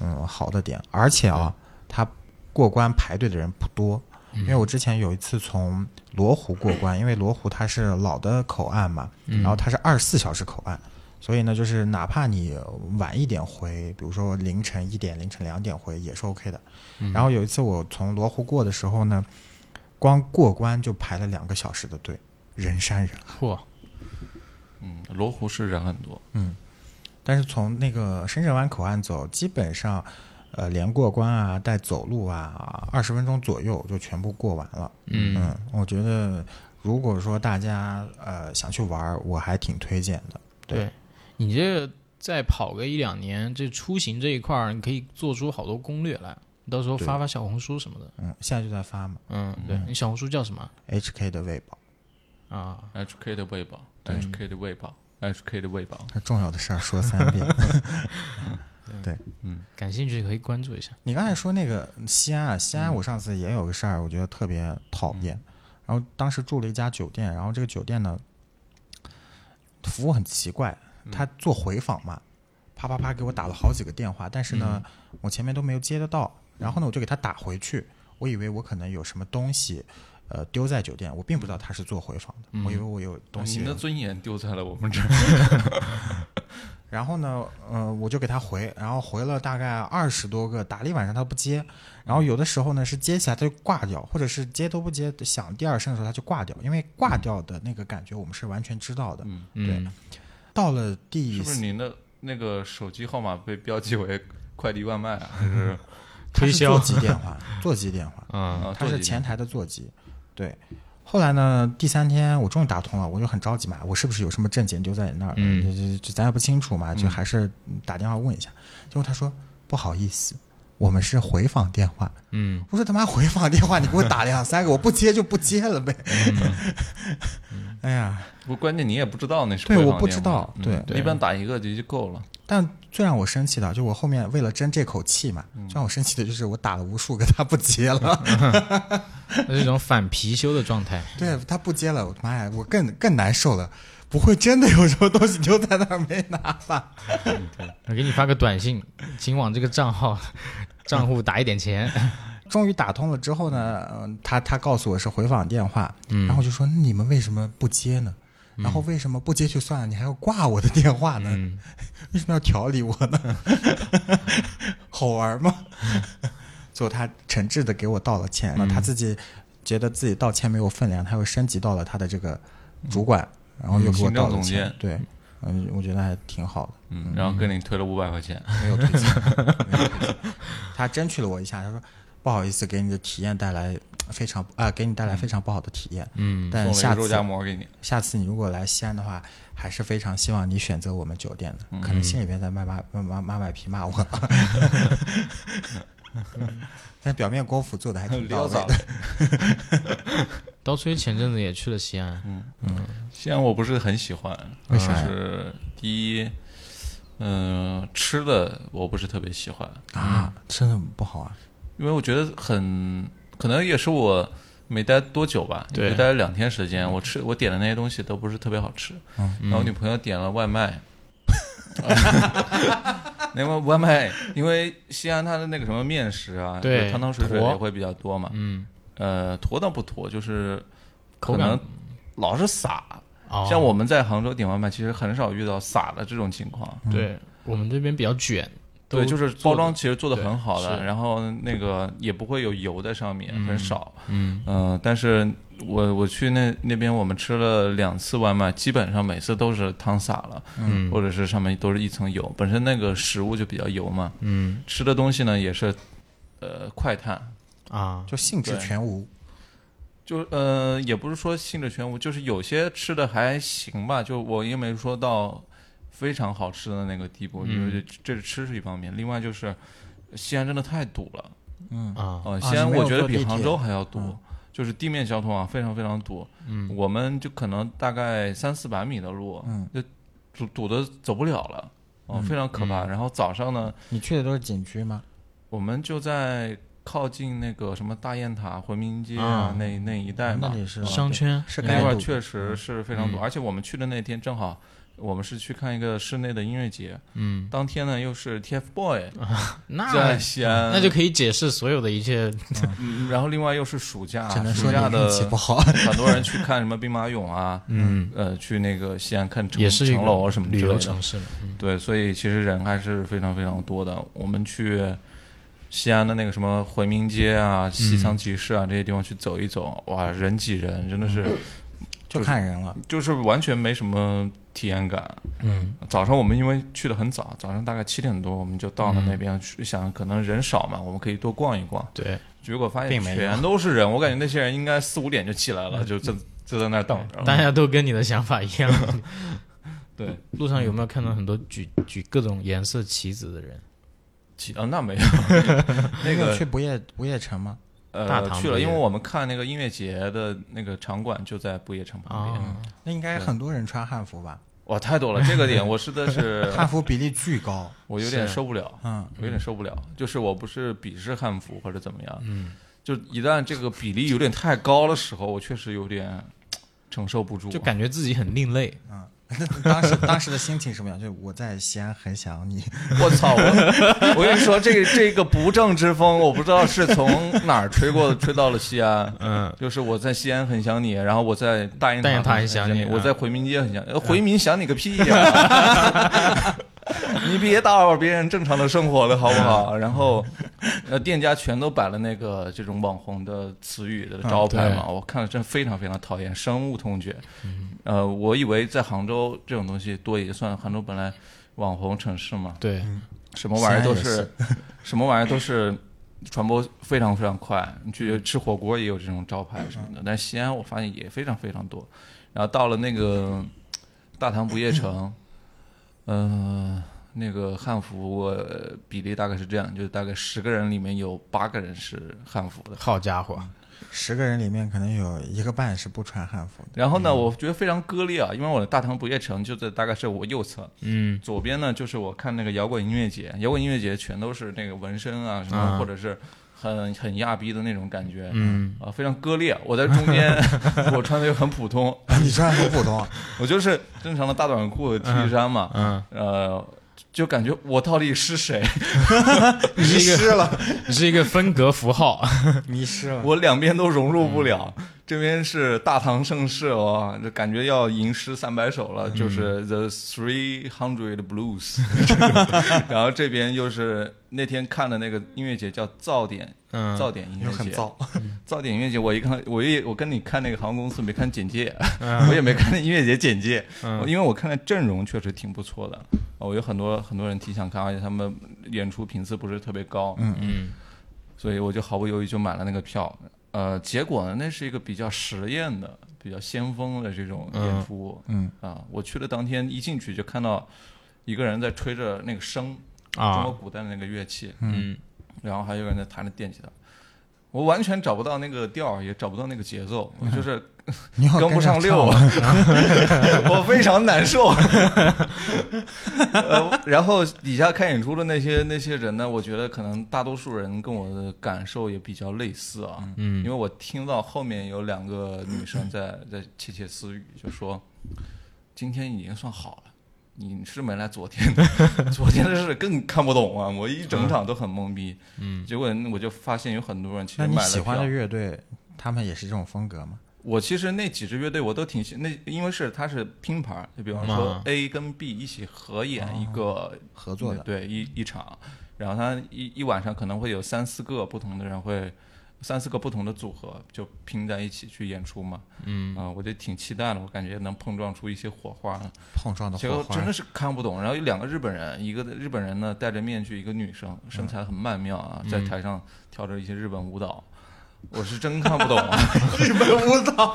嗯好的点，而且啊，它过关排队的人不多，因为我之前有一次从罗湖过关，因为罗湖它是老的口岸嘛，然后它是二十四小时口岸。所以呢，就是哪怕你晚一点回，比如说凌晨一点、凌晨两点回也是 OK 的。然后有一次我从罗湖过的时候呢，光过关就排了两个小时的队，人山人海。嚯，嗯，罗湖是人很多，但是从那个深圳湾口岸走，基本上，呃，连过关啊、带走路啊，二十分钟左右就全部过完了。嗯嗯，我觉得如果说大家呃想去玩儿，我还挺推荐的。对对，你这再跑个一两年，这出行这一块儿，你可以做出好多攻略来，你到时候发发小红书什么的。嗯，现在就在发嘛嗯，对你小红书叫什么，HK 的喂饱，啊？ HK 的喂饱，HK 的喂饱，HK 的喂饱。这重要的事儿说三遍。感兴趣可以关注一下。你刚才说那个西安啊，西安我上次也有个事儿，我觉得特别讨厌。然后当时住了一家酒店，然后这个酒店呢，服务很奇怪，他做回访嘛，啪啪啪给我打了好几个电话，但是呢，我前面都没有接得到。然后呢，我就给他打回去，我以为我可能有什么东西，呃，丢在酒店，我并不知道他是做回访的，我以为我有东西您的尊严丢在了我们这儿。然后呢，呃，我就给他回，然后回了大概二十多个，打了一晚上他不接，然后有的时候呢是接起来他就挂掉，或者是接都不接，响第二声的时候他就挂掉，因为挂掉的那个感觉我们是完全知道的。嗯，到了是第不是您的那个手机号码被标记为快递外卖 啊？还嗯是他推是销座机电话，座机电 话，嗯啊他座是机前台的座机，对。后来呢？第三天我终于打通了，我就很着急嘛，我是不是有什么证件丢在你那儿？嗯这这这咱也不清楚嘛，就还是打电话问一下。结果他说不好意思，我们是回访电话，嗯，我说他妈回访电话，你给我打两三个，我不接就不接了呗。 哎呀，不，关键你也不知道那是对回我访不电知话道嗯对一般打一个就就够了。但最让我生气的，就我后面为了争这口气嘛，最让我生气的就是我打了无数个他不接了，那是一种反貔貅的状态。对他不接了，我妈呀，我更更难受了。不会真的有什么东西丢在那儿没拿吧？我给你发个短信，请往这个账号账户打一 点钱。终于打通了之后呢，嗯他他告诉我是回访电话，嗯然后我就说你们为什么不接呢？然后为什么不接就算了，你还要挂我的电话呢？嗯， 为什么要调理我呢？ 好玩吗？ 最后他诚挚的给我道了歉，嗯那、他自己觉得自己道歉没有分量，他又升级到了他的这个主管，然后又给行我政道了总歉监。对，嗯，我觉得还挺好的。嗯，然后跟你退了五百块钱，没有推荐，没有推荐。他争取了我一下，他说不好意思，给你的体验带来非常啊、给你带来非常不好的体验。嗯，但送了下一个肉夹次馍给你。下次你如果来西安的话，还是非常希望你选择我们酒店的。可能心里边在骂骂骂骂骂卖批骂我，但表面功夫做的 还挺到撩位早的。，刀崔前阵子也去了西安。嗯西安我不是很喜欢，为啥呀就是第一，嗯、吃的我不是特别喜欢，啊，真的不好啊！因为我觉得很可能也是我没待多久吧，对也就待了两天时间，我吃我点的那些东西都不是特别好吃。嗯然后我女朋友点了外卖， 那为外卖，因为西安它的那个什么面食啊，对就是汤汤水水坨也会比较多嘛。嗯，呃，坨倒不坨，就是口可感能老是撒。哦像我们在杭州点外卖，其实很少遇到撒的这种情况。对我们这边比较卷，嗯对，都就是做包得装其实做的很好是的，然后那个也不会有油在上面，很少。嗯嗯、但是我我去那那边，我们吃了两次外卖，基本上每次都是汤洒了，嗯或者是上面都是一层油。本身那个食物就比较油嘛，嗯吃的东西呢也是，呃，快碳，啊，就兴致对全无，就呃也不是说性质全无，就是有些吃的还行吧，就我也没说到非常好吃的那个地步，因嗯为这这是吃是一方面，另外就是西安真的太堵了。嗯，啊，呃，啊西安你没有我觉得坐地比铁杭州还要堵嗯，就是地面交通啊非常非常堵。嗯，我们就可能大概三四百米的路，嗯，就堵堵的走不了了，哦、非常可嗯怕。然后早上呢，你去的都是景区吗？我们就在靠近那个什么大雁塔、回民街啊啊那那一带那嘛，里是商圈哎是那该块堵确实是非常堵，嗯而且我们去的那天正好。我们是去看一个室内的音乐节，嗯，啊当天呢又是 TFBOY 在那西安，那就可以解释所有的一切。嗯然后另外又是暑假，只能暑说假你的运气不好很多人去看什么兵马俑啊，嗯，呃，去那个西安看城也是一城楼个什么之旅类游的城，市嘛，嗯对，所以其实人还是非常非常多的。我们去西安的那个什么回民街啊、嗯西仓集市啊这些地方去走一走，哇，人挤人，真的 是就看人了。就是完全没什么体验感。嗯，早上我们因为去的很早，早上大概七点多我们就嗯到了那边，去想可能人少嘛，我们可以多逛一逛。对，结果发现并没有嗯全都是人，我感觉那些人应该四五点就起来了，就就就在那儿等着。大家都跟你的想法一样。 对， 路上有没有看到很多举举各种颜色旗子的人？起啊那没 有，那那个个去不夜不夜城吗？大呃唐去不了，夜因为我们看那个音乐节的那个场馆就在不夜城旁边。啊，那应该很多人穿汉服吧？哇，太多了，这个点我实在是汉服比例巨高。我有点受不了，嗯， 我有点受不了。就是我不是鄙视汉服或者怎么样，嗯，就一旦这个比例有点太高的时候，我确实有点承受不住啊。就感觉自己很另类。嗯当时当时的心情什么样？就我在西安很想你， 我操！我我跟你说，这个这个不正之风，我不知道是从哪儿吹过，吹到了西安。 嗯，就是我在西安很想你，然后我在大雁大雁塔很很想你，你我啊在回民街很想你。呃回民想你个屁呀！ 你别打扰别人正常的生活了，好不好？然后，呃，店家全都摆了那个这种网红的词语嗯的招牌嘛，我看了真非常非常讨厌，深恶痛绝。嗯呃，我以为在杭州这种东西多也就算了，杭州本来网红城市嘛，对，什么玩意儿都西安是， 什么玩意儿都是传播非常非常快。你去吃火锅也有这种招牌什么的，但西安我发现也非常非常多。然后到了那个大唐不夜城，呃，那个汉服我呃比例大概是这样，就是大概十个人里面有八个人是汉服的。好家伙，十个人里面可能有一个半是不穿汉服的。然后嗯呢，我觉得非常割裂啊，因为我的大唐不夜城就在大概是我右侧，嗯，左边呢就是我看那个摇滚音乐节，摇滚音乐节全都是那个纹身啊什么，啊或者是很很亚逼的那种感觉，嗯，啊非常割裂。我在中 间， 我穿的又很普通， 你穿很普 通，我就是正常的大短裤、T 恤衫嘛，嗯，呃，就感觉我到底是谁？迷失了， 你是一个分隔符号。迷失了。我两边都融入不了。这边是大唐盛世哦，这感觉要吟诗三百首了，就是 The Three Hundred Blues 这种。然后这边又是那天看的那个音乐节叫噪点，嗯噪点音乐又节，很燥，噪点音乐节，我一看，我也我跟你看那个航空公司没看简介，我也没看那音乐节简介，我因为我看了阵容确实挺不错的，我有很多很多人挺想看，而且他们演出频次不是特别高，嗯嗯，所以我就毫不犹豫就买了那个票。呃，结果呢，那是一个比较实验的、比较先锋的这种演出，嗯啊，我去的当天一进去就看到一个人在吹着那个笙，啊中国古代的那个乐器，嗯，然后还有人在弹着电吉他，我完全找不到那个调儿，也找不到那个节奏，我就是你要跟不上啊溜，跟着唱 我非常难 受。呃，然后底下看演出的那些那些人呢，我觉得可能大多数人跟我的感受也比较类似啊，嗯，因为我听到后面有两个女生在在窃窃私语，就说今天已经算好了。你是没来昨天的， 昨天的事更看不懂啊！我一整场都很懵逼，嗯，结果我就发现有很多人其实那买你了喜欢票的乐队，他们也是这种风格吗？我其实那几支乐队我都挺喜，那因为是它是拼盘儿，就比方说嗯 A 跟 B 一起合演一个哦合作的对一一场，然后它一一晚上可能会有三四个不同的人会，三四个不同的组合就拼在一起去演出嘛，嗯啊、我就挺期待的，我感觉能碰撞出一些火花了。碰撞的结火果花真的是看不懂。然后有两个日本人，一个日本人呢戴着面具，一个女生，嗯身材很曼妙啊，在台上跳着一些日本舞蹈。我是真看不懂啊， 日本舞 蹈，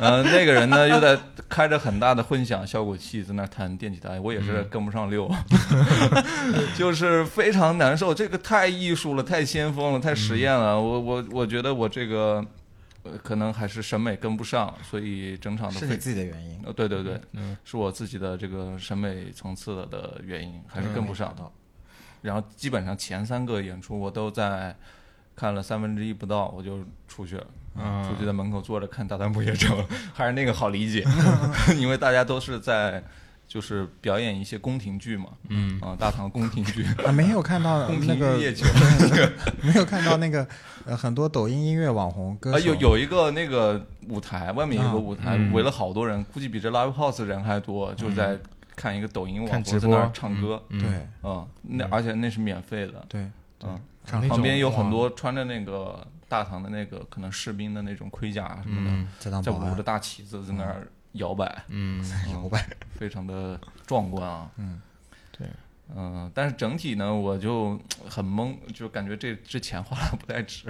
嗯，那个人呢又在开着很大的混响效果器在那弹电吉他，我也是嗯跟不上溜， 就是非常难受。这个太艺术了，太先锋了，太实验了。嗯我我我觉得我这个呃可能还是审美跟不上，所以整场都是非你自己的原因。呃，对对对，是我自己的这个审美层次的的原因，还是嗯跟不上的。然后基本上前三个演出我都在看了三分之一不到，我就出去了，出 去在门口坐着看《大唐不夜城》，还是那个好理解，因为大家都是在就是表演一些宫廷剧嘛，嗯啊，大唐宫廷剧，啊，没有 看到宫那廷个夜酒。没有看到那个呃很多抖音音乐网红歌啊，手有有一个那个舞台，外面有个啊舞台，围了好多人，估计比这 live house 人还多，就是在看一个抖音网红看直在那儿播唱歌，对嗯，那而且那是免费的，对嗯，唱那旁边种有很哇多穿着那个大唐的那个可能士兵的那种盔甲啊什么的，在当嗯在保舞着安大旗子在那儿摇摆，嗯，摇摆，非常的壮观啊，嗯，对。嗯，但是整体呢，我就很懵，就感觉这这钱花的不太值。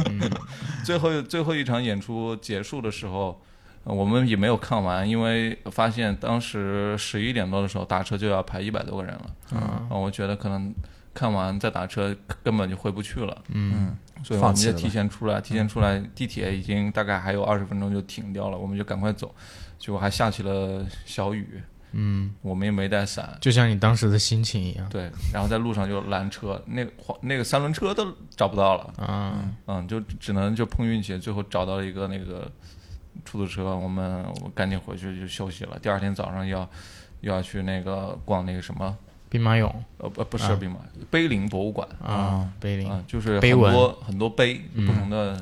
最后最后一场演出结束的时候，呃我们也没有看完，因为发现当时十一点多的时候打车就要排一百多个人了。啊，啊，我觉得可能看完再打车根本就回不去了，嗯， 所以我放们弃就了吧嗯提前出来，提前出来，地铁已经大概还有二十分钟就停掉了，我们就赶快走，结果还下起了小雨，嗯，我们也没带伞。就像你当时的心情一样对，然后在路上就拦车，那个黄那个三轮车都找不到了，啊，嗯，就只能就碰运气，最后找到了一个那个出租车，我们我赶紧回去就休息了。第二天早上要要去那个逛那个什么，兵马俑呃不啊不是兵马，碑林博物馆啊，碑林啊，就是很碑文嗯多很多碑，不同的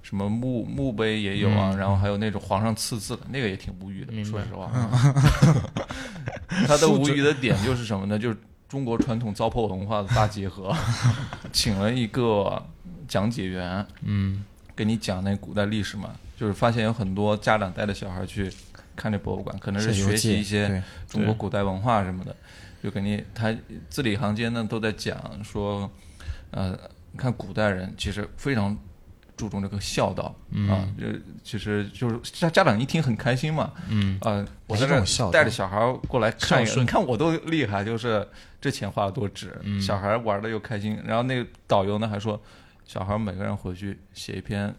什么墓墓碑也有啊，然后还有那种皇上赐字的，那个也挺无语的，明白说实话。 他的无语的点就是什么呢？就是中国传统糟粕文化的大结 合，请了一个讲解员，嗯，给你讲那古代历史嘛，就是发现有很多家长带着小孩去看这博物馆，可能是写游学习记一些对中国古代文化什么的，就给你他字里行间呢都在讲说，呃，看古代人其实非常注重这个孝道、嗯啊，就其实就是家家长一听很开心嘛，嗯，呃，我在这种孝这道带着小孩过来看一孝个，顺你看我多厉害，就是这钱花的多值，嗯小孩玩的又开心，然后那个导游呢还说。小孩每个人回去写一篇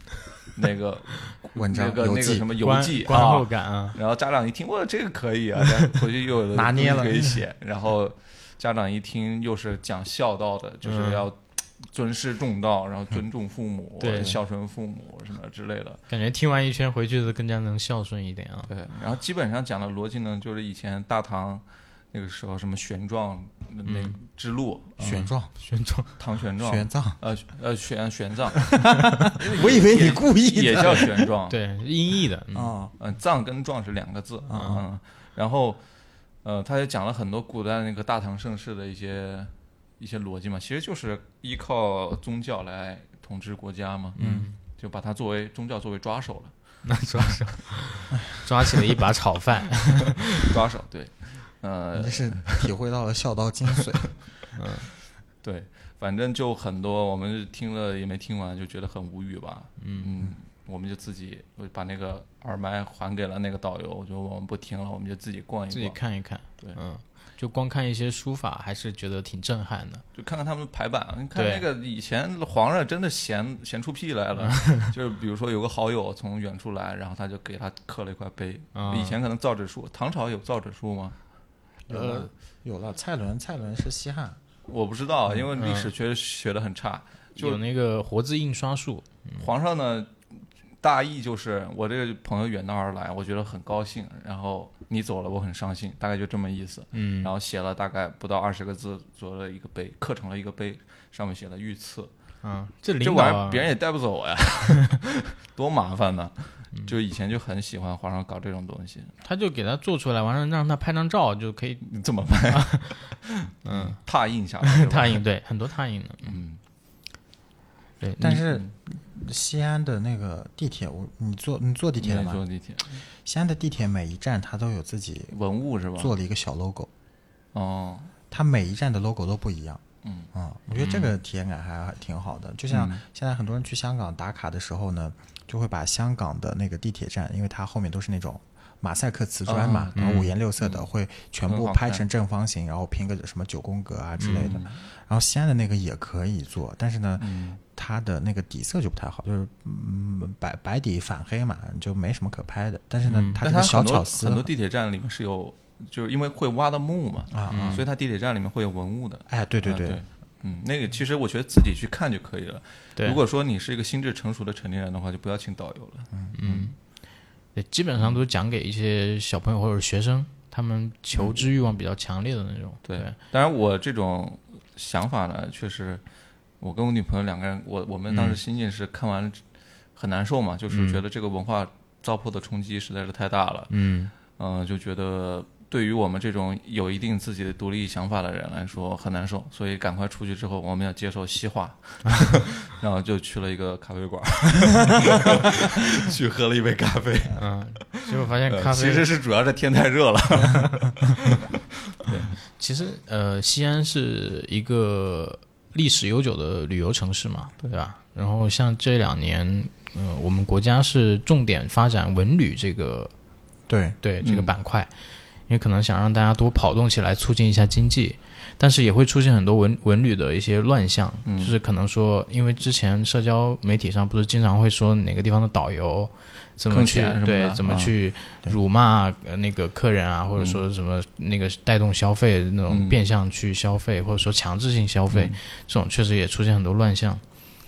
那个 文章那个游那个记什么游观记观后啊。感啊，然后家长一听，哇，这个可以啊，然后回去又有的拿捏东西了嗯可以写。然后家长一听，又是讲孝道的，嗯就是要尊师重道，然后尊重父母，对孝顺父母什么之类的。感觉听完一圈回去的更加能孝顺一点啊，对，然后基本上讲的逻辑呢，就是以前大唐那个时候什么玄奘那个之路，玄奘、玄奘唐玄奘，嗯玄奘，呃呃玄玄 奘我以为你故意也的叫玄 奘， 对音译的，嗯啊，嗯，藏跟壮是两个字，嗯，然后，呃，他也讲了很多古代那个大唐盛世的一些一些逻辑嘛，其实就是依靠宗教来统治国家嘛，嗯，就把它作为宗教作为抓手了， 那抓手 抓起了一把炒 饭， 抓手对，呃你这，是体会到了孝道精髓。对，反正就很多，我们听了也没听完，就觉得很无语吧。嗯我们就自己我把那个耳麦还给了那个导游，我就我们不听了，我们就自己逛一自己逛，看一看，对嗯，就光看一些书法还是觉得挺震撼的，就看看他们的排版。你看那对个以前皇上真的闲闲出屁来 了，就是比如说有个好友从远处来，然后他就给他刻了一块碑。啊以前可能造纸术，唐朝有造纸术吗？呃有了，有了，蔡伦，蔡伦是西汉，我不知道，啊因为历史确实学的很差。就嗯有那个活字印刷术，皇上呢，大意就是我这个朋友远道而来，我觉得很高兴，然后你走了，我很伤心，大概就这么意思。嗯，然后写了大概不到二十个字左右的一个碑，刻成了一个碑，上面写了“御赐”，啊，这这领导玩意啊儿别人也带不走呀，多麻烦呢。嗯就以前就很喜欢皇上搞这种东西，他就给他做出来，完了让他拍张照就可以 你怎么办？嗯，拓印下 来，对吧拓印，对，很多拓印的，嗯，对，嗯但你是西安的那个地铁，我你坐你坐地铁了你吗坐？地铁西安的地铁每一站它都有自己文物是吧？做了一个小 logo，哦，它每一站的 logo 都不一样。嗯嗯，我觉得这个体验感还还挺好的。就像现在很多人去香港打卡的时候呢，就会把香港的那个地铁站，因为它后面都是那种马赛克瓷砖嘛，然后五颜六色的，会哦全嗯很部好拍看嗯成正方形，然后拼个什么九宫格啊之类的。然后西安的那个也可以做，但是呢，它的那个底色就不太好，就是嗯白白底反黑嘛，就没什么可拍的。但是呢，嗯但它这它个小很巧多思很多地铁站里面是有，就是因为会挖的墓嘛，啊嗯啊所以它地铁站里面会有文物的。哎，对对啊对，对，嗯，那个其实我觉得自己去看就可以了。对如果说你是一个心智成熟的成年人的话，就不要请导游了。对基本上都讲给一些小朋友或者学生他们求知欲望比较强烈的那种。对对， 当然，我这种想法呢，确实，我跟我女朋友两个人，我我们当时心境是看完很难受嗯嘛，就是觉得这个文化糟粕的冲击实在是太大了，嗯嗯、就觉得对于我们这种有一定自己的独立想法的人来说很难受，所以赶快出去之后，我们要接受西 化，然后就去了一个咖啡馆，去喝了一杯咖啡，嗯，结果发现呃咖啡其实是主要是天太热了，其实呃，西安是一个历史悠久的旅游城市嘛，对吧？然后像这两年，呃，我们国家是重点发展文旅这个对，对这个嗯板块，因为可能想让大家多跑动起来，促进一下经济，但是也会出现很多文文旅的一些乱象，嗯就是可能说，因为之前社交媒体上不是经常会说哪个地方的导游怎么坑去钱什么对的怎么啊去辱骂呃那个客人啊，或者说什么那个带动消费那种嗯变相去消费，或者说强制性消费，这种确实也出现很多乱象。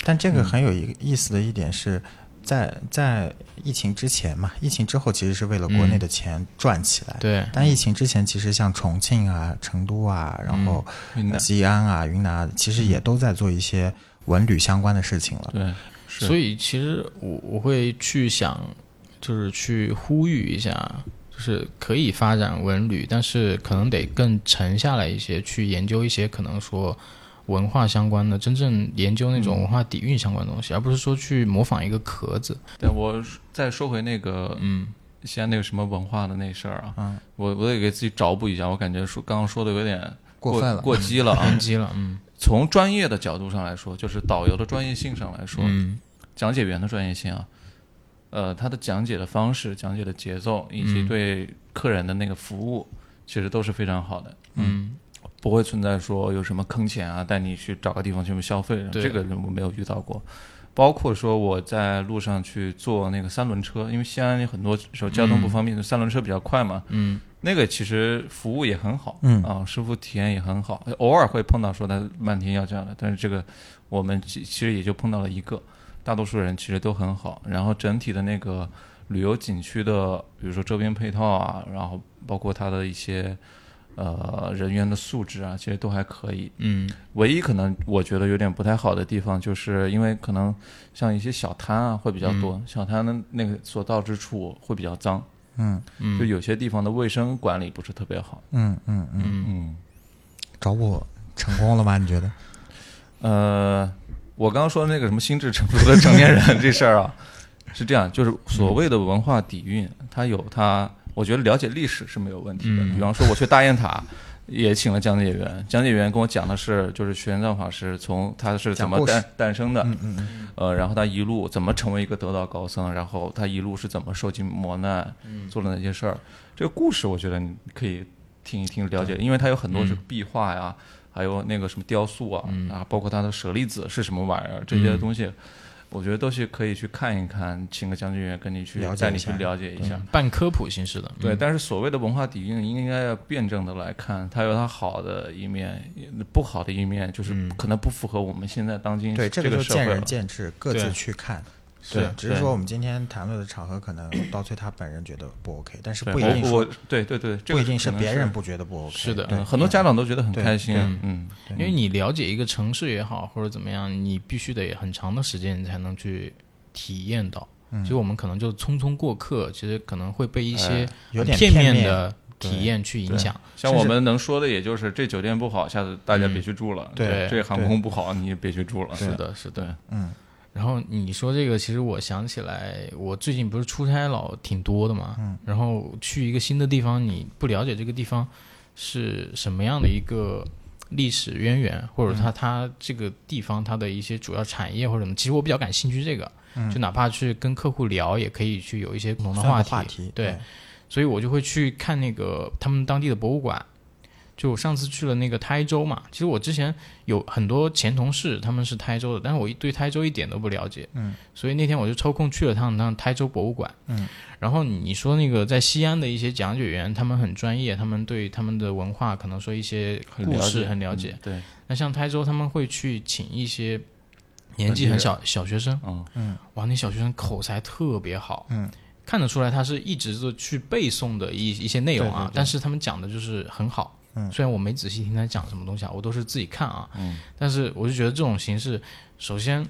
但这嗯个很有一个意思的一点是，在在疫情之前嘛，疫情之后其实是为了嗯国内的钱赚起哎来。对，但疫情之前，其实像重庆啊、成都啊，然后嗯嗯云南吉安啊、云南啊，其实也都在做一些文旅相关的事情了。对，是所以其实我我会去想，就是去呼吁一下，就是可以发展文旅，但是可能得更沉下来一些，去研究一些可能说文化相关的，真正研究那种文化底蕴相关的东西，而不是说去模仿一个壳子。对，我再说回那个，嗯，西安那个什么文化的那事儿啊，嗯，我我得给自己找补一下，我感觉说刚刚说的有点过过分了过激了啊偏。激了，嗯从专业的角度上来说，就是导游的专业性上来说，嗯讲解员的专业性啊，呃，他的讲解的方式、讲解的节奏以及对客人的那个服务，其实都是非常好的。嗯，不会存在说有什么坑钱啊，带你去找个地方去消费，对这个我没有遇到过。包括说我在路上去坐那个三轮车，因为西安有很多时候交通不方便，三轮车比较快嘛。嗯，那个其实服务也很好，嗯啊，师傅体验也很好，偶尔会碰到说他漫天要价的，但是这个我们其其实也就碰到了一个，大多数人其实都很好。然后整体的那个旅游景区的，比如说周边配套啊，然后包括它的一些呃人员的素质啊，其实都还可以。嗯唯一可能我觉得有点不太好的地方，就是因为可能像一些小摊啊会比较多，小摊的那个所到之处会比较脏，嗯就有些地方的卫生管理不是特别好。嗯嗯嗯，嗯，找我成功了吗？你觉得？呃，我刚刚说那个什么心智成熟的成年 人这事儿啊，是这样，就是所谓的文化底蕴，它有它，我觉得了解历史是没有问嗯题的。比方说，我去大雁塔。也请了讲解员，讲解员跟我讲的是，就是玄奘法师从他是怎讲么故事嗯诞诞生的，呃，然后他一路怎么成为一个得道高僧，然后他一路是怎么受尽磨难，嗯做了哪些事儿。这个故事我觉得你可以听一听了解，因为它有很多嗯是壁画呀，还有那个什么雕塑啊，啊，包括他的舍利子是什么玩意儿，这些东嗯西，我觉得都是可以去看一看，请个讲解员跟你去了解带你一去下了解一下。半科普形式的，嗯对，但是所谓的文化底蕴，应该要辩证的来看，它有它好的一面，也不好的一面，就是可能不符合我们现在当今嗯对，这嗯个个就社会见了仁。见智，各对自去看。是对只是对说我们今天谈论的场合，可能刀崔他本人觉得不 OK，但是对不一定我说我对对对，这不个一定可是能别人不觉得不 OK。是的对嗯，很多家长都觉得很对开心对，嗯，因为你了解一个城市也好，或者怎么样，你必须得很长的时间你才能去体验到。所以我们可能就匆匆过客，其实可能会被一些有点片片面的体验去影响。像我们能说的也就是这酒店不好，下次大家别去住了；对这这航空不好，你也别去住了。是对，的，是的。对，然后你说这个，其实我想起来，我最近不是出差老挺多的嘛，嗯然后去一个新的地方，你不了解这个地方是什么样的一个历史渊源，或嗯者它它这个地方它的一些主要产业或者什么，其实我比较感兴趣这个，就哪怕去跟客户聊，也可以去有一些共同的嗯算个话话题对，对所以我就会去看那个他们当地的博物馆。就我上次去了那个台州嘛，其实我之前有很多前同事他们是台州的，但是我一对台州一点都不了解，嗯，所以那天我就抽空去了趟趟台州博物馆，嗯，然后你说那个在西安的一些讲解员，他们很专业，他们对他们的文化可能说一些很故了事解，很了解，嗯。对，那像台州他们会去请一些年本地纪人很小小学生，嗯哇，那小学生口才特别好，嗯，看得出来他是一直都去背诵的一一些内容啊，对对对但是他们讲的就是很好。嗯虽然我没仔细听他讲什么东西啊，我都是自己看啊，嗯但是我就觉得这种形式，首先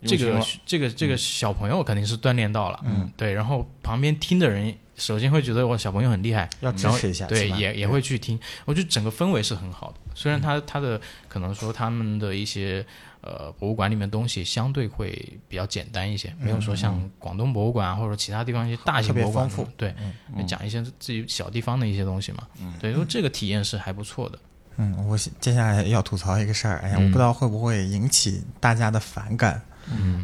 这用心个了嗯这个这个小朋友肯定是锻炼到了，嗯，对，然后旁边听的人首先会觉得哇，小朋友很厉害，要支持一下，对，起码也也会去听。我觉得整个氛围是很好的，虽然它它的可能说他们的一些呃博物馆里面东西相对会比较简单一些，没有说像广东博物馆啊或者其他地方一些大型特别博物馆丰富，对，会讲一些自己小地方的一些东西嘛，对，因为这个体验是还不错的。嗯，我是接下来要吐槽一个事儿，哎呀，嗯我不知道会不会引起大家的反感。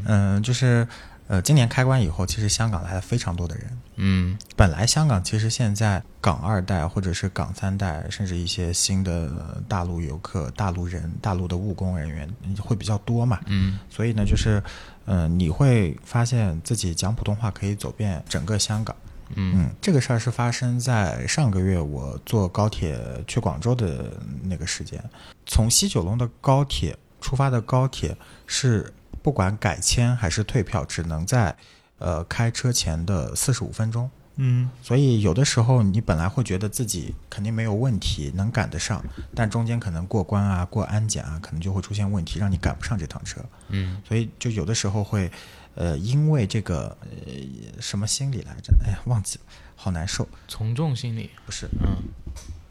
嗯就是呃，今年开关以后，其实香港来了非常多的人。嗯本来香港其实现在港二代或者是港三代，甚至一些新的呃大陆游客、大陆人、大陆的务工人员嗯会比较多嘛。嗯所以呢，就是嗯、呃你会发现自己讲普通话可以走遍整个香港。嗯嗯，这个事儿是发生在上个月我坐高铁去广州的那个时间。从西九龙的高铁出发的高铁是不管改签还是退票，只能在呃开车前的四十五分钟。嗯所以有的时候你本来会觉得自己肯定没有问题，能赶得上，但中间可能过关啊、过安检啊，可能就会出现问题，让你赶不上这趟车。嗯，所以就有的时候会，呃，因为这个呃什么心理来着？哎呀，忘记了，好难受，从众心理，不是嗯，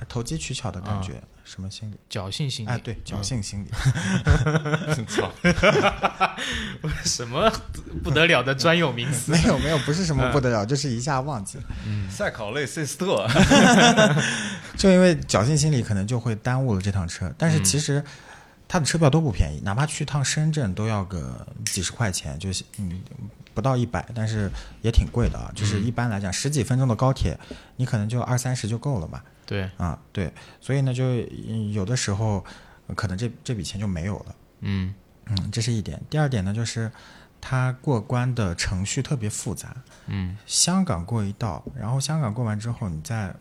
投机取巧的感觉，什么心理？侥幸啊心理，嗯哎，对，侥幸心理。操， 什么不得了的专有名词。没有没有，不是什么不得嗯了，就是一下忘记了。赛考类 C 斯特，就因为侥幸心理，可能就会耽误了这趟车。但是其实它的车票都不便宜，哪怕去趟深圳都要个几十块钱，就是嗯不到一百，但是也挺贵的啊。就是嗯一般来讲，十几分钟的高铁，你可能就二三十就够了嘛。对，啊，对，所以呢，就嗯有的时候呃可能这这笔钱就没有了。嗯嗯，这是一点。第二点呢，就是它过关的程序特别复杂。嗯香港过一道，然后香港过完之后，你在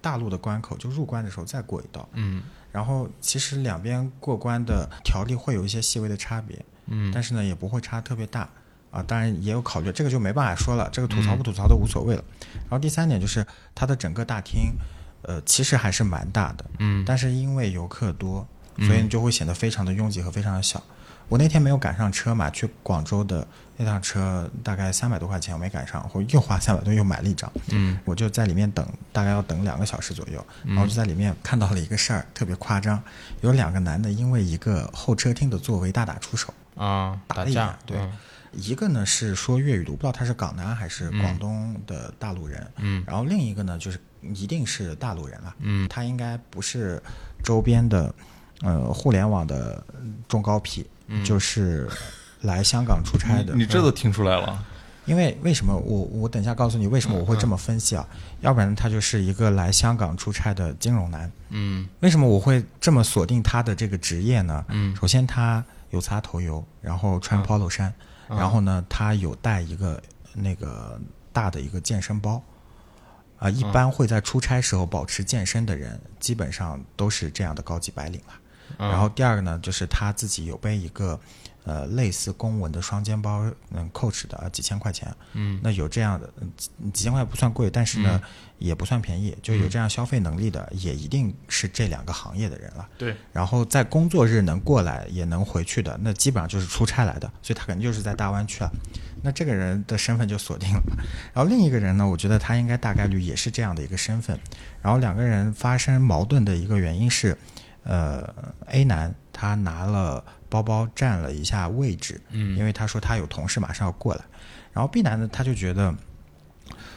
大陆的关口就入关的时候再过一道，嗯然后其实两边过关的条例会有一些细微的差别，嗯，但是呢也不会差特别大啊。当然也有考虑，这个就没办法说了，这个吐嗯槽不吐槽都无所谓了。然后第三点就是它的整个大厅，呃，其实还是蛮大的，嗯但是因为游客多，所以你就会显得非常的拥挤和非常的小。我那天没有赶上车嘛，去广州的那趟车大概三百多块钱，我没赶上，我又花三百多又买了一张，嗯我就在里面等，大概要等两个小时左右，然后就在里面看到了一个事儿，特别夸张，有两个男的因为一个候车厅的座位大打出手，啊，打了一架架，对嗯一个呢是说粤语的，我不知道他是港南还是广东的大陆人，嗯，然后另一个呢就是一定是大陆人了，嗯，他应该不是周边的，呃，互联网的中高痞，就是来香港出差的。你这都听出来了，因为为什么我我等一下告诉你为什么我会这么分析啊？要不然他就是一个来香港出差的金融男。嗯为什么我会这么锁定他的这个职业呢？嗯，啊首先他有擦头油，然后穿 polo 衫，然后呢，他有带一个那个大的一个健身包，啊、一般会在出差时候保持健身的人，基本上都是这样的高级白领了。然后第二个呢，就是他自己有背一个，呃，类似公文的双肩包，嗯，Coach 的啊，几千块钱，嗯，那有这样的，嗯几几千块不算贵，但是呢，也不算便宜，就有这样消费能力的，也一定是这两个行业的人了。对，然后在工作日能过来也能回去的，那基本上就是出差来的，所以他肯定就是在大湾区啊。那这个人的身份就锁定了。然后另一个人呢，我觉得他应该大概率也是这样的一个身份。然后两个人发生矛盾的一个原因是，呃，A 男他拿了包包占了一下位置，嗯，因为他说他有同事马上要过来。然后 B 男呢，他就觉得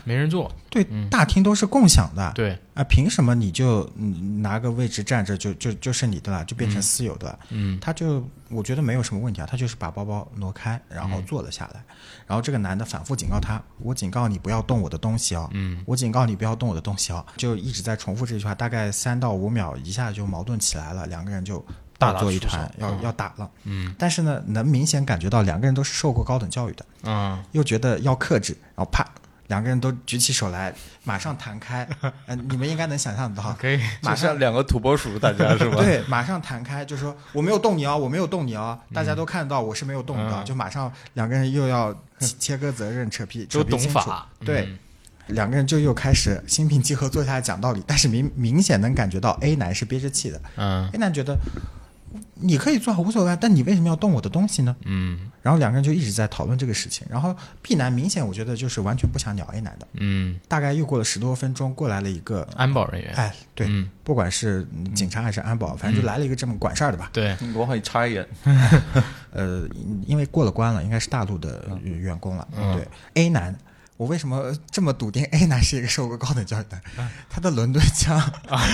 没人做，对大厅都是共享的，对，啊，凭什么你就嗯拿个位置站着就就就是你的了，就变成私有的了？嗯他就我觉得没有什么问题啊，他就是把包包挪开，然嗯后坐了下来，然后这个男的反复警告他，我警告你不要动我的东西哦，嗯，我警告你不要动我的东西哦，就一直在重复这句话，大概三到五秒，一下就矛盾起来了，两个人就大大打作一出手团，要、嗯要打了，嗯但是呢，能明显感觉到两个人都是受过高等教育的，啊又觉得要克制，然后啪两个人都举起手来，马上弹 开。呃，你们应该能想象得到，可以，马就上像两个土拨鼠，大家是吧？对，马上弹开，就说我没有动你哦，我没有动你哦，大家都看到我是没有动的，嗯就马上两个人又要切切割责任，扯皮，都扯皮懂清楚法，嗯对。两个人就又开始心平气和坐下来讲道理，但是明明显能感觉到 A 男是憋着气的嗯，A 男觉得你可以做好无所谓啊，但你为什么要动我的东西呢？嗯然后两个人就一直在讨论这个事情，然后 B 男明显我觉得就是完全不想鸟 A 男的，嗯，大概又过了十多分钟，过来了一个，安保人员，哎，对，嗯不管是嗯警察还是安保，反正就来了一个这么管事儿的吧。对，我好像插一眼，呃，因因为过了关了，应该是大陆的呃员工了。对，A 男，我为什么这么笃定 A 男是一个受过高等教育的？他的伦敦腔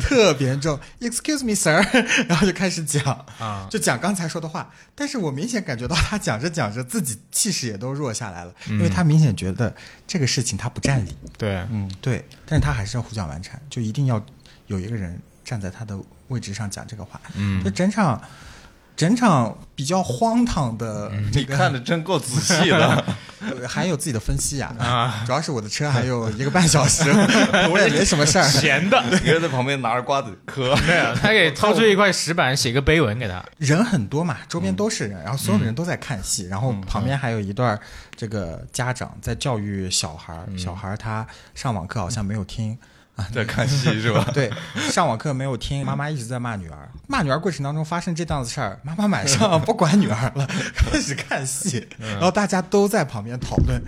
特别重，Excuse me, sir，然 后就开始讲啊就讲刚才说的话。但是我明显感觉到他讲着讲着，自己气势也都弱下来了，因为他明显觉得这个事情他不占理。对，对，但是他还是要胡搅蛮缠，就一定要有一个人站在他的位置上讲这个话。嗯就整场整场比较荒唐的嗯这你个，看的真够仔细的。呃还有自己的分析 啊。主要是我的车还有一个半小时，我也没什么事儿。闲的， 一个人在旁边拿着瓜子嗑，他给掏出一块石板，写个碑文给他，人很多嘛，周嗯边都是人，然后所有的人都在看戏，然后旁边还有一段这个家长在教育小孩嗯儿，小孩儿他上网课好像没有听。在看戏是吧？ 对，上网课没有听，妈妈一直在骂女儿。骂女儿过程当中发生这档子事儿，妈妈马上不管女儿了， 开始看戏，嗯然后大家都在旁边讨论。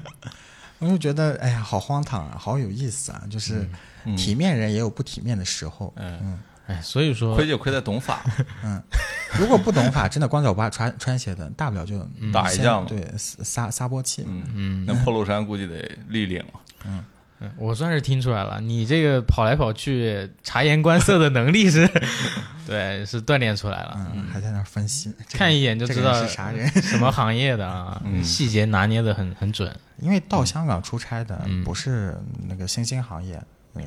我就觉得，哎呀，好荒唐啊，好有意思啊！就是体面人也有不体面的时候。嗯，哎，所以说亏就亏在懂法，如果不懂法，真的光脚不怕穿穿鞋的，大不了就嗯打一先架嘛对，撒撒泼气。嗯，那破路衫估计得立领了。嗯我算是听出来了，你这个跑来跑去、察言观色的能力是， 对，是锻炼出来了。嗯，还在那儿分析，这个看一眼就知道这个人是啥人 嗯什么行业的 啊， 细节拿捏的很很准。因为到香港出差的嗯不是那个新兴行业，嗯，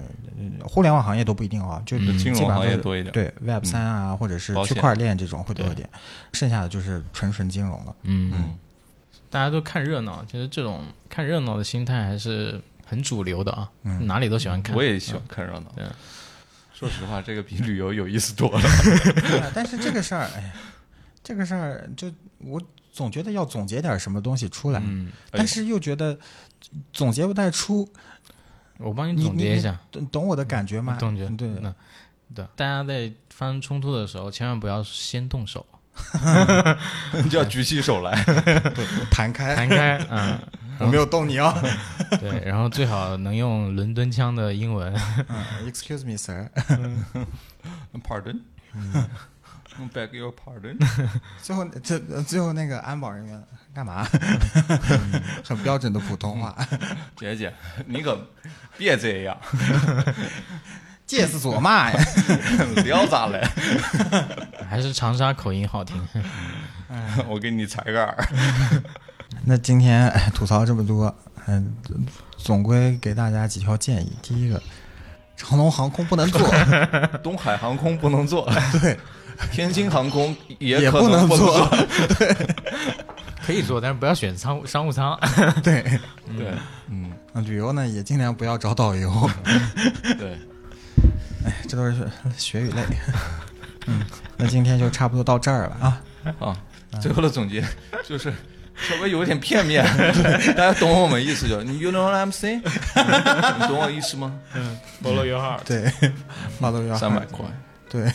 互联网行业都不一定哦，就嗯金融基本上行业都是多一点嗯对 Web 三啊，或者是保区险块链这种会多一点，剩下的就是纯纯金融了。嗯，大家都看热闹，其实这种看热闹的心态还是很主流的啊，嗯哪里都喜欢看。我也喜欢看热闹对。说实话，这个比旅游有意思多了。对啊但是这个事儿，哎呀，这个事儿就我总觉得要总结点什么东西出来，嗯，哎但是又觉得总结不太出，我帮你你总结一下，，你你懂懂我的感觉吗？嗯总结对。那对，大家在发生冲突的时候，千万不要先动 手，你就要举起手来，弹开，弹开，嗯，我没有动你 哦。 对，然后最好能用伦敦腔的英文。嗯，Excuse me, sir. pardon。Beg your pardon， 最后这呃最后那个安保人员干 嘛？很标准的普通话，姐姐，你可别这样，介死我骂呀！聊咋嘞？还是长沙口音好听。我给你踩个耳。 那今天哎吐槽这么多，嗯，总归给大家几条建议。第一个，长龙航空不能坐，东海航空不能坐，对，天津航空也 也可能能不坐， 可以做，但是不要选商务商务舱。对。对，嗯，嗯旅游呢也尽量不要找导游， 对，哎，这都是学与累。嗯，那今天就差不多到这儿了啊。啊，最后的总结就是稍微有点片面， 大家懂我们意思就你 you know what I'm saying，你懂我意思吗？ Follow your heart。对，话都要三百块，对，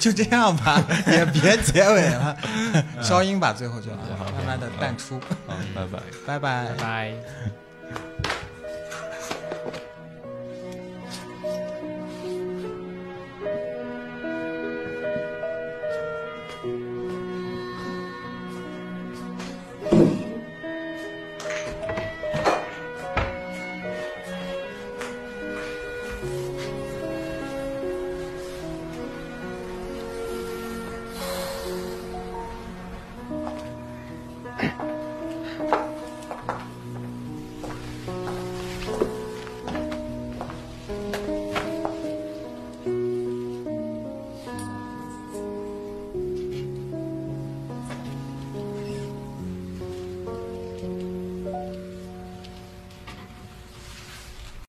就这样吧，也别结尾了， 消音吧，最后就慢慢的淡出，好，拜拜。拜拜。拜。